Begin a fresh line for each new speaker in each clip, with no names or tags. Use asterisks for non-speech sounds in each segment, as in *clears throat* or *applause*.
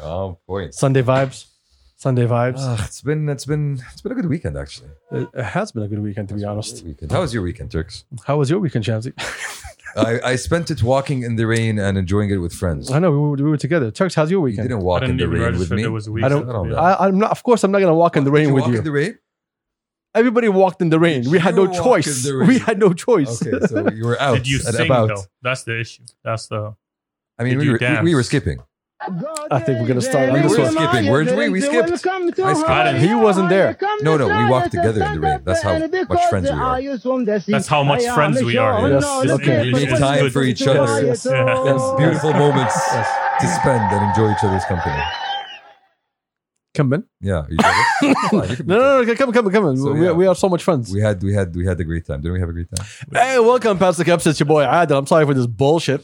Oh boy.
Sunday vibes. Sunday vibes.
Ugh, it's been it's been it's been a good weekend actually.
Uh, it, it has been a good weekend, to be
It's
honest.
been a good weekend. How was your weekend, Turks?
How was your weekend, Shamsi? *laughs*
I, I spent it walking in the rain and enjoying it with friends.
I know we were, we were together. Turks, how's your
You
weekend?
didn't
I
walk in
didn't
the
even
rain with
register
me.
there was a
I
weekend.
don't-
I don't know.
I, I'm not. Of course, I'm not gonna walk in the
Did
rain
you
with
walk
you.
in the
*laughs*
rain?
Everybody walked in the rain. We had
You
no
walked in
choice.
the rain.
*laughs* We had no choice.
Okay, so you were out
Did you
and
sing
about.
though? That's the issue. That's the.
I mean,
Did
we
you
were, we- we were
dance?
skipping.
I think we're gonna start on
We
this
were
one.
skipping, weren't we? We skipped. I skipped.
I didn't-
He wasn't there.
No, no, we walked together in the rain. That's how much friends we are.
That's how much friends we are.
Yes, okay.
We make time for each other.
Yes, yes,
yes. *laughs*
Beautiful moments to spend and enjoy each other's company.
*laughs* Come in.
Yeah. are you
*laughs*
jealous? Fine, you can be
No, no, no. Come, come, come in.
So,
we,
yeah.
we are so much friends.
We had we had we had a great time. Didn't we have a great time?
hey, welcome, past the Cups. It's your boy Adil. I'm sorry for this bullshit.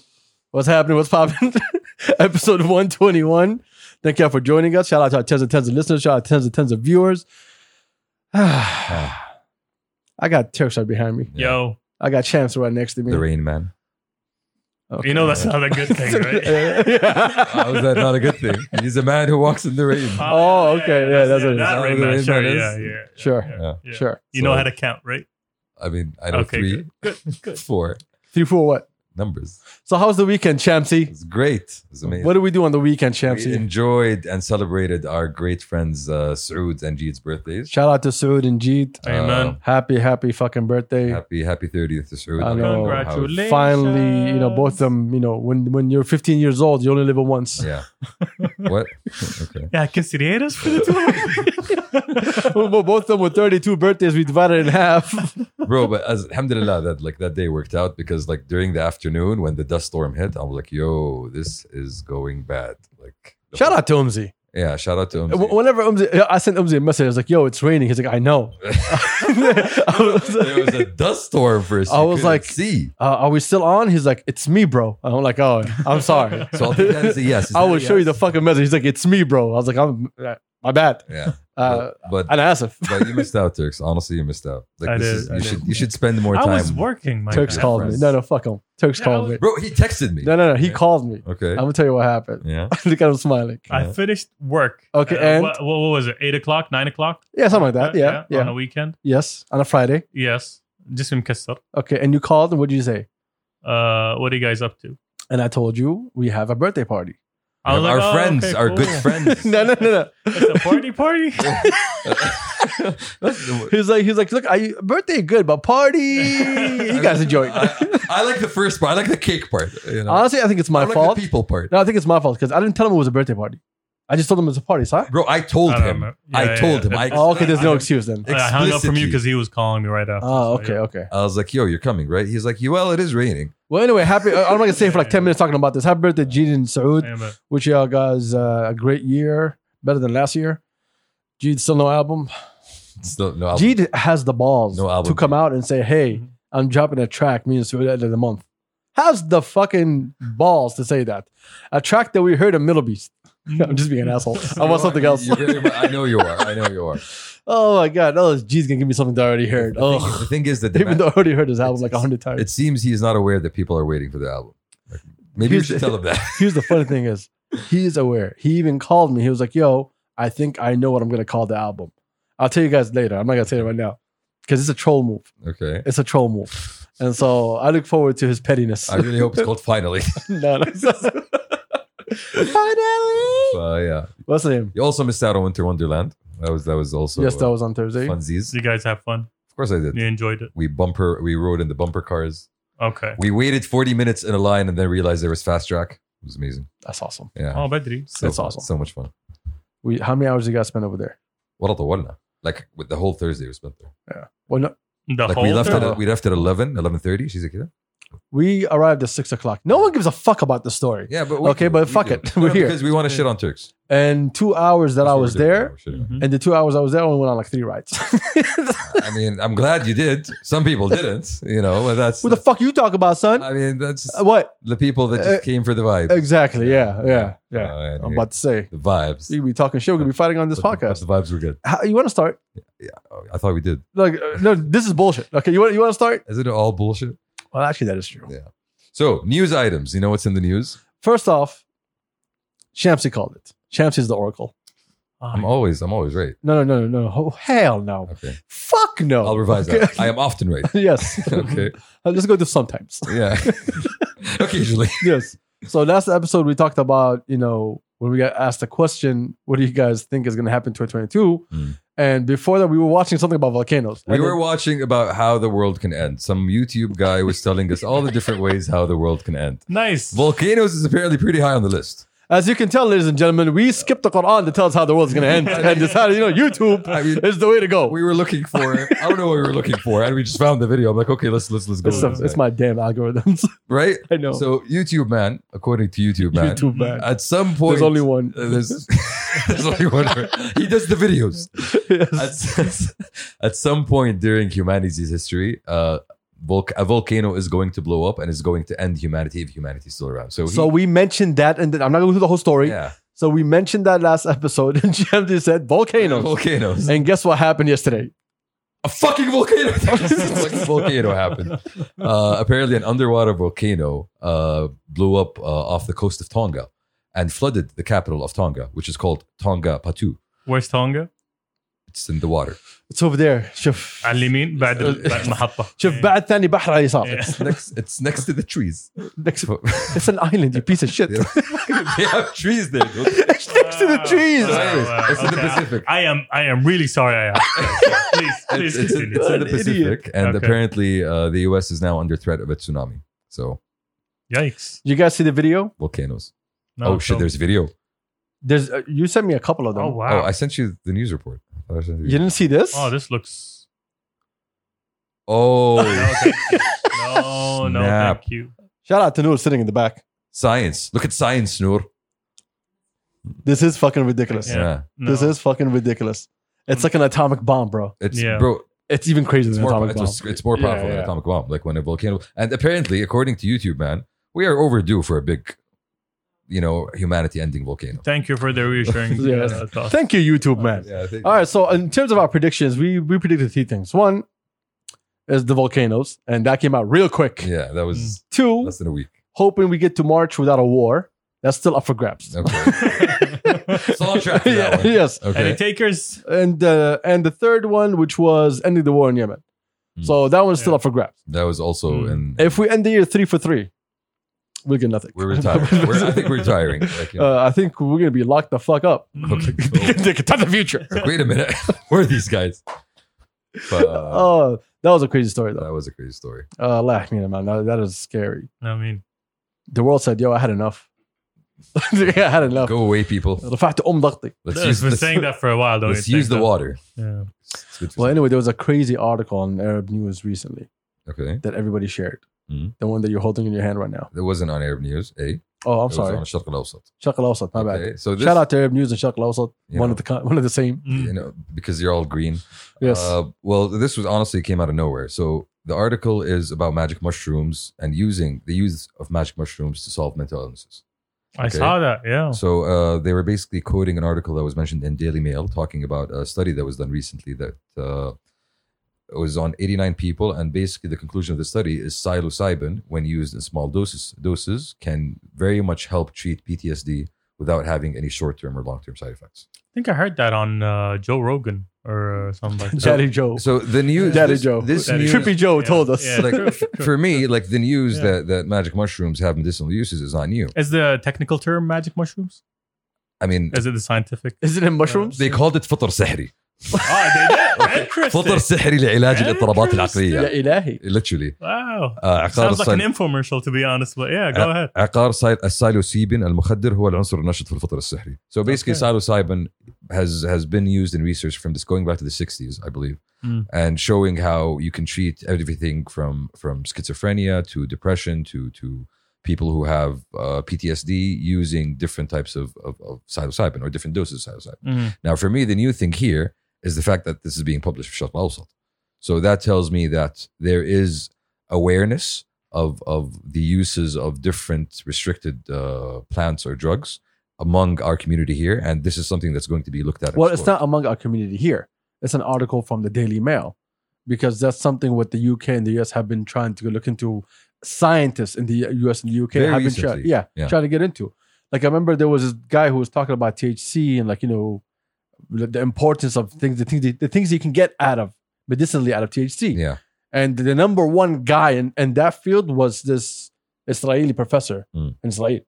What's happening? What's popping? *laughs* Episode 121. Thank y'all for joining us. Shout out to our tens and tens of listeners. Shout out to tens and tens of viewers. *sighs* I got Turks right behind me.
Yeah.
Yo,
I got Champs right next to me.
The Rain Man.
Okay.
you know that's not a good
*laughs*
thing, right?
How is that not a good
*laughs*
thing? He's a man who walks in the
*laughs*
rain.
Oh, okay. Yeah, that's what it is.
that
Oh,
right,
the
man.
rain
Sure,
man
yeah,
is-
yeah, yeah,
Sure.
Yeah.
*laughs*
yeah.
Sure.
You know
So-
how to count, right?
I mean, I know
Okay,
three,
Good, good.
four
Three, four, what?
numbers.
So, how's the weekend, Champsy?
It's great. It's amazing.
What do we do on the weekend,
we
Champsy?
enjoyed and celebrated our great friends uh, Saud and Jeet's birthdays.
Shout out to Sood and Jeet.
uh,
Amen.
Happy, happy fucking birthday.
Happy happy 30th to Saud.
I know.
Congratulations.
Finally, you know, both of them, you know, when when you're 15 years old, you only live it
*laughs*
once.
Yeah. what? *laughs* Okay.
Yeah, consideras for the two.
Well, both of them were 32 birthdays. We divided
*laughs*
in half.
Bro, but as, alhamdulillah that like that day worked out because like during the afternoon when the dust storm hit, I was like, yo, this is going bad. Like
Shout out Uh, to Umzi.
Yeah, shout out to him.
W- Whenever Umzi, I sent Umzi a message. I was like, "Yo, it's raining." He's like, "I
*laughs*
know." *laughs* I was like-
there was a dust storm first.
I
You
was
couldn't
like-
see.
uh, are we still on? He's like, it's me, bro. And I'm like, oh, I'm sorry.
*laughs* So I'll take that as a yes. Is
*laughs* I
that
will
a
show you the
yes?
fucking message. He's like, it's me, bro. I was like, I'm uh, my bad.
Yeah,
Uh,
but but,
and Asif.
but you missed out, Turks. Honestly, you missed out. Like
I
this
did,
is,
I
you
did.
should you should spend more
I
time.
was working, my
Turks
guy.
called me.
friends.
No, no, fuck him. Turks
Yeah, I
called me.
was-
Bro, he texted me.
No, no, no. He
Yeah.
called me.
Okay.
I'm gonna tell you what happened. *laughs*
yeah.
Look at him smiling.
I finished work.
Okay,
uh,
and?
what, what was it? Eight o'clock, nine o'clock?
Yeah, something like that. Yeah, yeah.
On a weekend,
Yes, on a Friday.
yes. Just in Kessar.
Okay, and you called, and what did you say?
Uh, what are you guys up to?
And I told you we have a birthday party.
I was
our
like, oh,
friends,
okay,
our
cool.
good
*laughs*
friends.
no, no, no, no.
It's a party party. *laughs*
That's the-
He's like, he's like, look, I, birthday good, but party, you guys enjoy. it.
I, I like the first part. I like the cake part. You know?
Honestly, I think it's
I
my
like
fault.
the people part.
No, I think it's my fault because I didn't tell him it was a birthday party. I just told him it was a party, sorry.
Bro, I told
I don't
him.
know.
I
Yeah, yeah,
told him.
yeah.
I,
Oh, okay, there's no
I-
excuse then.
I hung up from
Explicitly.
you because he was calling me right after.
Oh,
so,
okay,
yeah.
okay.
I was like, yo, you're coming, right? He's like, "You- well, it is raining.
Well, anyway, happy. I'm not gonna stay for like ten minutes talking about this. Happy birthday, Gene and Saud.
Uh,
Yeah, but
Wish y'all guys uh, a great year, better than last year. Gene still no album.
Still, no, I'll-
Jeed has the balls
No album
to come out and say, "Hey,
Mhm.
I'm dropping a track, me and Sue at the end of the month." Has the fucking balls to say that? A track that we heard in Middle Beast. *laughs* I'm just being an asshole. I want something
You-
else.
you really- I know you are. I know you are.
oh my god! Oh, Jeed's gonna give me something that I already heard.
The
Oh, *laughs*
thing, the thing is that the
even
man-
though I already heard his album like a hundred times.
it seems he is not aware that people are waiting for the album. Like, maybe you
Here's-
should tell him that. *laughs*
*laughs* Here's the funny thing: is he's aware. He even called me. He was like, "Yo, I think I know what I'm gonna call the album. I'll tell you guys later. I'm not gonna tell you right now because it's a troll move.
Okay.
It's a troll move." And so I look forward to his pettiness.
I really
*laughs*
hope it's called finally.
no, no. Finally.
So uh, yeah.
What's the name?
You also missed out on Winter Wonderland. That was that was also
yes, that
uh,
was on Thursday.
funsies.
you guys have fun.
Of course I did.
You enjoyed it.
We bumper we rode in the bumper cars.
Okay.
We waited 40 minutes in a line and then realized there was fast track. It was amazing.
That's awesome.
Yeah.
Oh, Bedri.
so,
that's awesome.
So much fun.
We how many hours you guys spend over there?
What the one? Like with the whole Thursday we spent there.
Well, no,
The
like
whole
we left
thing?
at we left at 11, 11:30. She's like, yeah.
we arrived at six o'clock. No one gives a fuck about the story.
Yeah, but we
Okay,
do.
but
We
fuck
do.
it. *laughs* We're here.
because we want to shit on Turks.
And two hours that
That's
I
what
was
we're doing.
there,
We're shitting on
Mhm.
and the two hours I was there, I only went on like three rides. *laughs* what
I mean, I'm glad you did. Some people didn't, you know. But that's
the fuck you talk about, son?
I mean, that's just
Uh, what
the people that just
Uh,
came for the vibe.
exactly? Yeah, yeah, yeah.
Uh, and
I'm about to say
the vibes.
you be talking shit. We could be fighting on this
But- but
podcast.
The vibes were good.
How, you want to start?
Oh, I thought we did.
Like, uh, no, this is bullshit. Okay, you want you want to start?
Isn't it all bullshit?
Well, actually, that is true.
So news items. You know what's in the news?
First off, Shamsi called it. Champs is the Oracle.
I'm
Oh,
always, I'm always right.
No, no, no, no, no. Oh, hell no.
Okay,
Fuck no.
I'll revise
Oh, Okay.
that. I am often right. *laughs*
*laughs* yes. *laughs*
Okay,
Uh, Let's go to sometimes. *laughs*
yeah, occasionally.
yes. So last episode we talked about, you know, when we got asked the question, what do you guys think is going to happen in 2022?
Mm.
And before that, we were watching something about volcanoes.
We
And
were watching about how the world can end. Some YouTube guy was telling us all the different ways how the world can end.
nice.
Volcanoes is apparently pretty high on the list.
As you can tell, ladies and gentlemen, we skipped the Quran to tell us how the world's going to
*laughs*
end and decided, you know, YouTube
I mean-
*laughs* is the way to go.
We were looking for, I don't know what we were looking for, and we just found the video. I'm like, okay, let's let's let's go.
It's,
with
some-
this.
it's my damn algorithms. *laughs*
right.
I know.
So YouTube man, according to YouTube man,
YouTube man.
at some point
There's only one.
uh, there's, *laughs* there's only one. He does the videos. at,
Yes.
s- at some point during humanity's history, uh, volc- a volcano is going to blow up and is going to end humanity if humanity is still around. So, he,
So we mentioned that, and then- I'm not going through the whole story.
yeah,
So we mentioned that last *laughs* episode, and GMD said volcanoes.
volcanoes.
And guess what happened yesterday?
A fucking
*laughs*
volcano! *laughs* a fucking volcano happened. Uh, apparently, an underwater volcano uh, blew up uh, off the coast of Tonga and flooded the capital of Tonga, which is called Tonga Patu.
Where's Tonga?
It's in the water.
It's over there. شوف
على اليمين
*laughs*
بعد ال- بعد المحطة.
شوف بعد ثاني بحر على اليسار.
Yeah.
It's next, it's next to the trees.
*laughs* Next- It's an island, you piece of shit.
Yeah. *laughs* they have trees there. dude.
*laughs*
it's next to the trees.
Wow. It's in the
Okay, I-
Pacific.
I am. I am really sorry. I
*laughs*
asked. Please,
it's,
please
it's in, it's
continue.
in the
An idiot.
Pacific, and
Okay.
apparently uh, the U.S. is now under threat of a tsunami. So
Yikes!
You guys see the video?
volcanoes.
No,
oh shit!
don't.
There's video.
There's uh, you sent me a couple of them.
Oh
Oh,
wow!
I sent you the news report. I sent
You
you-
didn't see this?
Oh, this looks.
Oh,
*laughs* No, thank you. no, no,
Snap.
thank you.
Shout out to Noor sitting in the back.
science! Look at science, Noor.
This is fucking ridiculous.
Yeah,
Yeah. No.
This is fucking ridiculous. It's like an atomic bomb, bro.
it's
Yeah.
bro.
It's even crazier
It's
than an
more.
atomic
It's,
bomb.
a- it's more
Yeah,
powerful than
yeah.
atomic bomb. Like when a volcano. And apparently, according to YouTube, man, we are overdue for a big, you know, humanity-ending volcano.
Thank you for the
*laughs*
reassuring
Yeah.
uh, thought.
Thank you, YouTube man.
Yeah. I think-
All right. So in terms of our predictions, we we predicted three things. One is the volcanoes, and that came out real quick.
Yeah, that was
Hmm.
Two,
less than a
*laughs*
week.
hoping we get to March without a war. That's still up for grabs. *laughs*
Okay.
*laughs*
so on track for that one.
Yeah, yes.
Okay.
Any takers?
And uh, and the third one, which was ending the war in Yemen.
Hmm.
So that one's still
Yeah.
up for grabs.
That was also
Hmm.
Mm.
in.
If we end the year three for three, we'll get nothing.
We're retiring.
*laughs*
We're, I think we're retiring. Like, you know,
Uh, I think we're gonna be locked the fuck up.
Mm,
*laughs*
okay.
They can- they can touch the future.
So, wait a minute. *laughs* Where are these guys? But, uh,
*laughs* Oh, that was a crazy story though.
that was a crazy story.
Uh, laugh me, man. That, that is scary.
I mean,
The world said, "Yo, I had enough. *laughs* yeah, I had enough."
Go away, people.
رفعت أم ضغطي.
Let's
it's
use,
been
let's, *laughs*
saying that for a while. Don't
let's
you
use the
think
water.
that- Yeah.
It's good for
Well, anyway, there was a crazy article on Arab News recently
okay.
that everybody shared.
Mhm.
The one that you're holding in your hand right now.
That wasn't on Arab News, eh?
Oh, I'm
It was
sorry.
on Sharq Al-Awsat.
Shaq Al-Awsat, my bad.
Okay. So this, Uh,
Shout out to Arab News and Shaq Al-Awsat,
You
one
know.
of the co- one of the same.
Mm.
you know, because you're all green.
Yes.
Uh, well, this was honestly came out of nowhere. So the article is about magic mushrooms and using the use of magic mushrooms to solve mental illnesses.
I saw that. Yeah.
So uh, they were basically quoting an article that was mentioned in Daily Mail, talking about a study that was done recently that uh, was on 89 people, and basically the conclusion of the study is psilocybin, when used in small doses, doses can very much help treat PTSD without having any short-term or long-term side effects.
I think I heard that on uh, Joe Rogan or uh, something like that.
Daddy Joe.
So the news,
Daddy
this,
Joe.
this
Daddy
news,
Joe.
Trippy Joe
Yeah,
told us. *laughs*
yeah.
like f- for me, like the news
Yeah.
that that magic mushrooms have medicinal uses is on you.
Is the technical term magic mushrooms?
I mean,
Is it the
*laughs*
scientific?
Isn't it mushrooms?
they called it فطر سحري.
Ah,
*laughs*
they did. Interesting.
فطر سحري لعلاج الاضطرابات العقلية.
يا إلهي.
Literally.
Wow.
Uh, عقار
Sounds like an
الصل...
infomercial, to be honest. But yeah, go ahead.
عقار سايل... السايلوسيبين المخدر هو العنصر النشط في الفطر السحري. So basically
Okay.
psilocybin has has been used in research from this going back to the 60s, I believe,
Mm.
and showing how you can treat everything from from schizophrenia to depression to to people who have uh, PTSD using different types of, of, of psilocybin or different doses of psilocybin.
Mm.
Now, for me, the new thing here is the fact that this is being published for Sharq al So that tells me that there is awareness of, of the uses of different restricted uh, plants or drugs among our community here. And this is something that's going to be looked at. and
Well, it's
explored.
not among our community here. It's an article from the Daily Mail because that's something what the UK and the US have been trying to look into. Scientists in the US and the UK
Very
have been
recently.
trying, yeah,
Yeah.
trying to get into. like I remember there was this guy who was talking about THC and like you know the the importance of things, the things, the things you can get out of medicinally out of THC.
Yeah.
And the number one guy in, in that field was this Israeli professor
Mm.
in Israel.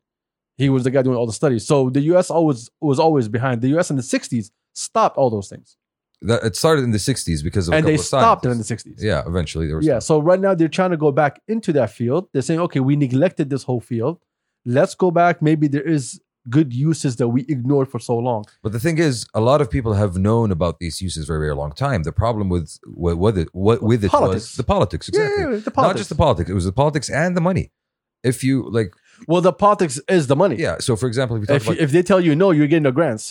He was the guy doing all the studies. So the US always was always behind. The US in the 60s stopped all those things.
That, it started in the 60s because of a
and
couple
they
of
stopped it in the
scientists.
60s.
Yeah, eventually there was.
Yeah. So right now they're trying to go back into that field. They're saying, okay, we neglected this whole field. Let's go back. Maybe there is good uses that we ignored for so long.
But the thing is, a lot of people have known about these uses for a very long time. The problem with what with it, what, with it
Politics.
was the politics, exactly.
Yeah, yeah, the
Not
politics.
just the politics; it was the politics and the money. If you like,
well, the politics is the money.
yeah. So, for example, if you talk
If,
about
if they tell you no, you're getting the grants.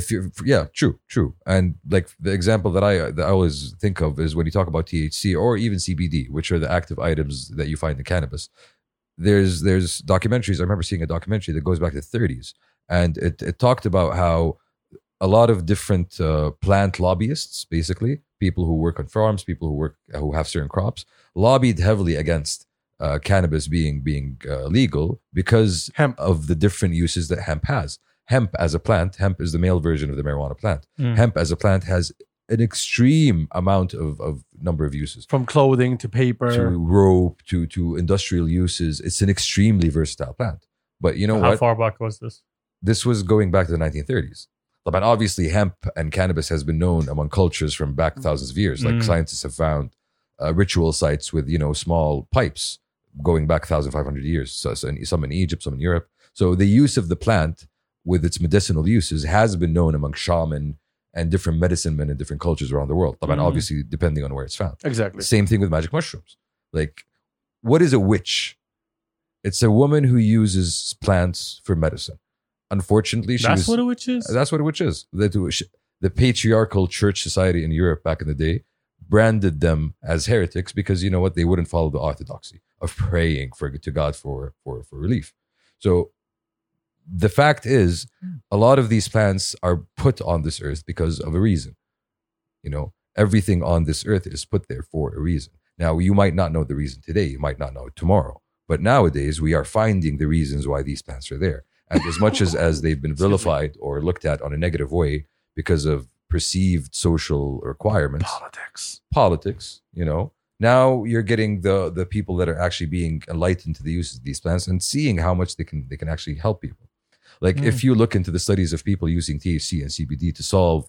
if you're yeah true true and like the example that i that i always think of is when you talk about thc or even cbd which are the active items that you find in cannabis there's there's documentaries i remember seeing a documentary that goes back to the 30s and it, it talked about how a lot of different uh, plant lobbyists basically people who work on farms people who work who have certain crops lobbied heavily against uh, cannabis being being uh, legal because
Hemp.
of the different uses that hemp has hemp as a plant hemp is the male version of the marijuana plant
Mm.
hemp as a plant has an extreme amount of, of number of uses
From clothing to paper.
to rope to to industrial uses it's an extremely versatile plant but you know
How
what
far back was this?
this was going back to the 1930s but obviously hemp and cannabis has been known among cultures from back thousands of years like
Mm.
scientists have found uh, ritual sites with you know small pipes going back 1500 years so, so in, some in egypt some in europe so the use of the plant with its medicinal uses has been known among shaman and different medicine men in different cultures around the world but
Mm.
obviously depending on where it's found
Exactly.
same thing with magic mushrooms. Like, what is a witch? It's a woman who uses plants for medicine. Unfortunately, she
That's
was.
what a witch is.
that's what a witch is. The, the patriarchal church society in Europe back in the day branded them as heretics because you know what they wouldn't follow the orthodoxy of praying for to God for for for relief. So the fact is,
Hmm.
a lot of these plants are put on this earth because of a reason. You know, everything on this earth is put there for a reason. Now, you might not know the reason today, you might not know it tomorrow, but nowadays we are finding the reasons why these plants are there. And as much as, as they've been
*laughs* Excuse me.
vilified or looked at on a negative way because of perceived social requirements,
Politics.
politics, you know, now you're getting the the people that are actually being enlightened to the use of these plants and seeing how much they can they can actually help people. Like
Mm.
if you look into the studies of people using THC and CBD to solve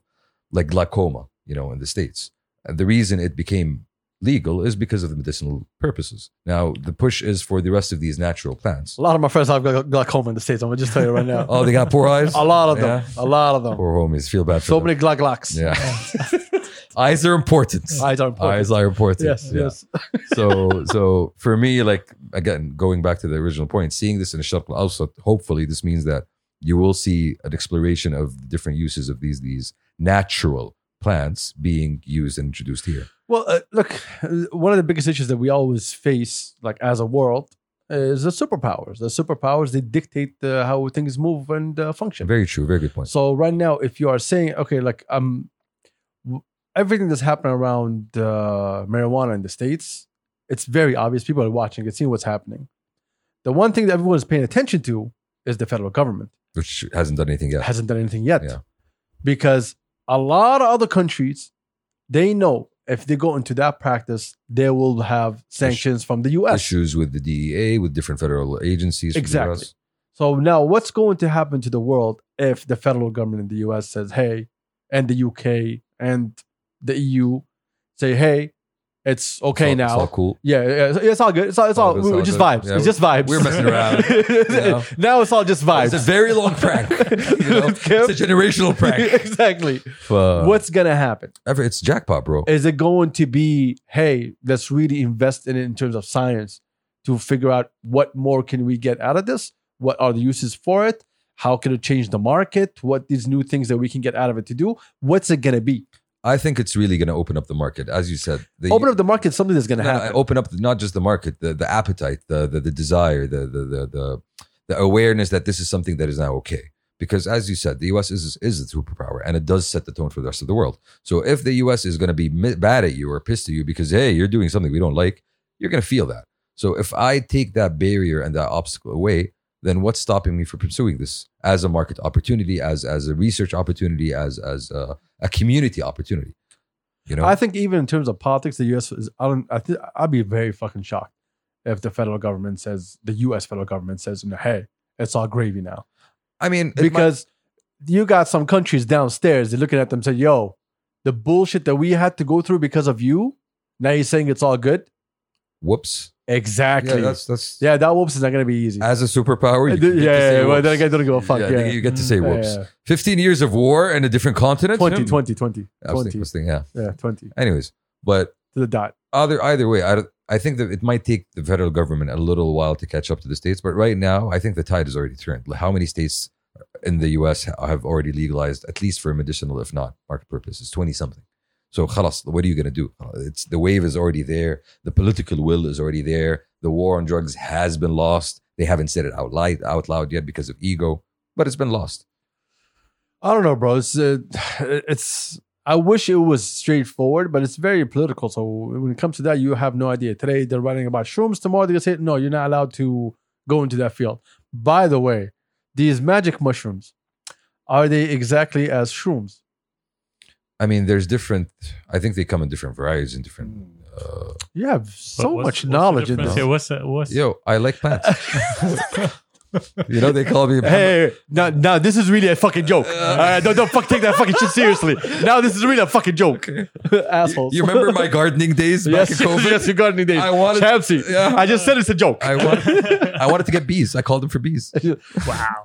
like glaucoma, you know, in the states, and the reason it became legal is because of the medicinal purposes. Now the push is for the rest of these natural plants.
A lot of my friends have gla- glaucoma in the States. I'm going to just tell you right now.
*laughs* Oh, they got poor eyes.
*laughs* a lot of them.
Yeah.
A lot of them.
Poor homies, feel bad for
So
them.
many gla- glocks.
Yeah, eyes are important.
*laughs* Eyes are important.
Eyes are important.
Yes,
Yeah.
yes.
so so for me like again going back to the original point seeing this in a shuttle also hopefully this means that you will see an exploration of the different uses of these these natural plants being used and introduced here
Well, uh, look, uh, one of the biggest issues that we always face, like as a world, is the superpowers. The superpowers they dictate uh, how things move and uh, function.
very true very good point
So right now, if you are saying, okay, like um, w- everything that's happening around uh, marijuana in the states, it's very obvious. People are watching it, seeing what's happening. The one thing that everyone is paying attention to is the federal government
which hasn't done anything yet
hasn't done anything yet,
Yeah.
because a lot of other countries they know if they go into that practice, they will have sanctions from the U.S.
issues with the dea with different federal agencies from the
Exactly.
US.
So now, what's going to happen to the world if the federal government in the U.S. says, "Hey," and the U.K. and the EU say, "Hey, it's okay
It's all- it's
now."
all cool
Yeah, yeah, it's, it's all good. It's all, it's
All
all,
good,
we-
all
we're just
good.
vibes.
Yeah,
it's just vibes.
we're messing around,
*laughs*
you know?
now it's all just vibes.
it's a very long
*laughs*
prank you know? it's a generational prank
exactly.
Uh,
What's gonna happen?
ever- it's jackpot bro
Is it going to be, hey, let's really invest in it in terms of science to figure out what more can we get out of this? What are the uses for it? How can it change the market? What these new things that we can get out of it to do? What's it gonna be?
i think it's really going to open up the market as you said the,
Open up the market. Something that's gonna
No, no,
happen.
open up the, not just the market, the the appetite, the the, the desire, the, the the the the awareness that this is something that is now okay. Because as you said, the U.S. is is a superpower, and it does set the tone for the rest of the world. So if the U.S. is going to be mi- bad at you or pissed at you because hey, you're doing something we don't like, you're going to feel that. So if I take that barrier and that obstacle away, then what's stopping me from pursuing this as a market opportunity, as as a research opportunity, as as a, a community opportunity? You know,
I think even in terms of politics, the U.S. is. I don't. I think I'd be very fucking shocked if the federal government says the U.S. federal government says, "No, "Hey, it's all gravy now,"
I mean, it might-
because you got some countries downstairs. They're looking at them, say, "Yo, the bullshit that we had to go through because of you." Now you're saying it's all good.
whoops,
Exactly.
yeah,
Yeah,
that's that's
that whoops is not gonna be easy. Uh,
as a superpower.
yeah,
You get to
yeah,
say
yeah, well,
whoops.
then again, I don't give a fuck.
Yeah,
Yeah,
then you get to say
Yeah,
whoops.
yeah.
15 years of war in a different continent.
20,
Hmm.
20, 20,
I was thinking,
20.
was thinking, yeah.
Yeah, 20
Anyways, but
to the dot.
either either way, I, don't- I think that it might take the federal government a little while to catch up to the states. But right now, I think the tide has already turned. Like, How many states in the U.S. ha- have already legalized, at least for medicinal, if not market purposes, twenty something? So, خلاص, what are you going to do? Uh, It's the wave is already there. The political will is already there. The war on drugs has been lost. They haven't said it out loud, out loud yet because of ego, but it's been lost.
I don't know, bro. It's uh, *sighs* it's. I wish it was straightforward, but it's very political. So when it comes to that, you have no idea. Today they're writing about shrooms. Tomorrow they're gonna say, no, you're not allowed to go into that field. By the way, these magic mushrooms, are they exactly as shrooms?
I mean, there's different. I think they come in different varieties and different. Uh,
You have so
What- what's-
much
what's the
knowledge in
difference
this.
*laughs* here? What's that- what's
yo, I like
*laughs*
plants. You know, they call me.
Hey, now, now this is really a fucking joke.
Uh,
All right, don't, don't fuck take that fucking
*laughs*
shit seriously. Now this is really a fucking joke. *laughs* Assholes.
You remember my gardening days back
yes, *laughs*
in COVID?
yes, yes, you got any days.
I wanted-
Chelsea,
Yeah.
I just said it's a joke.
I wanted, I wanted to get bees. I called them for
*laughs*
bees.
wow.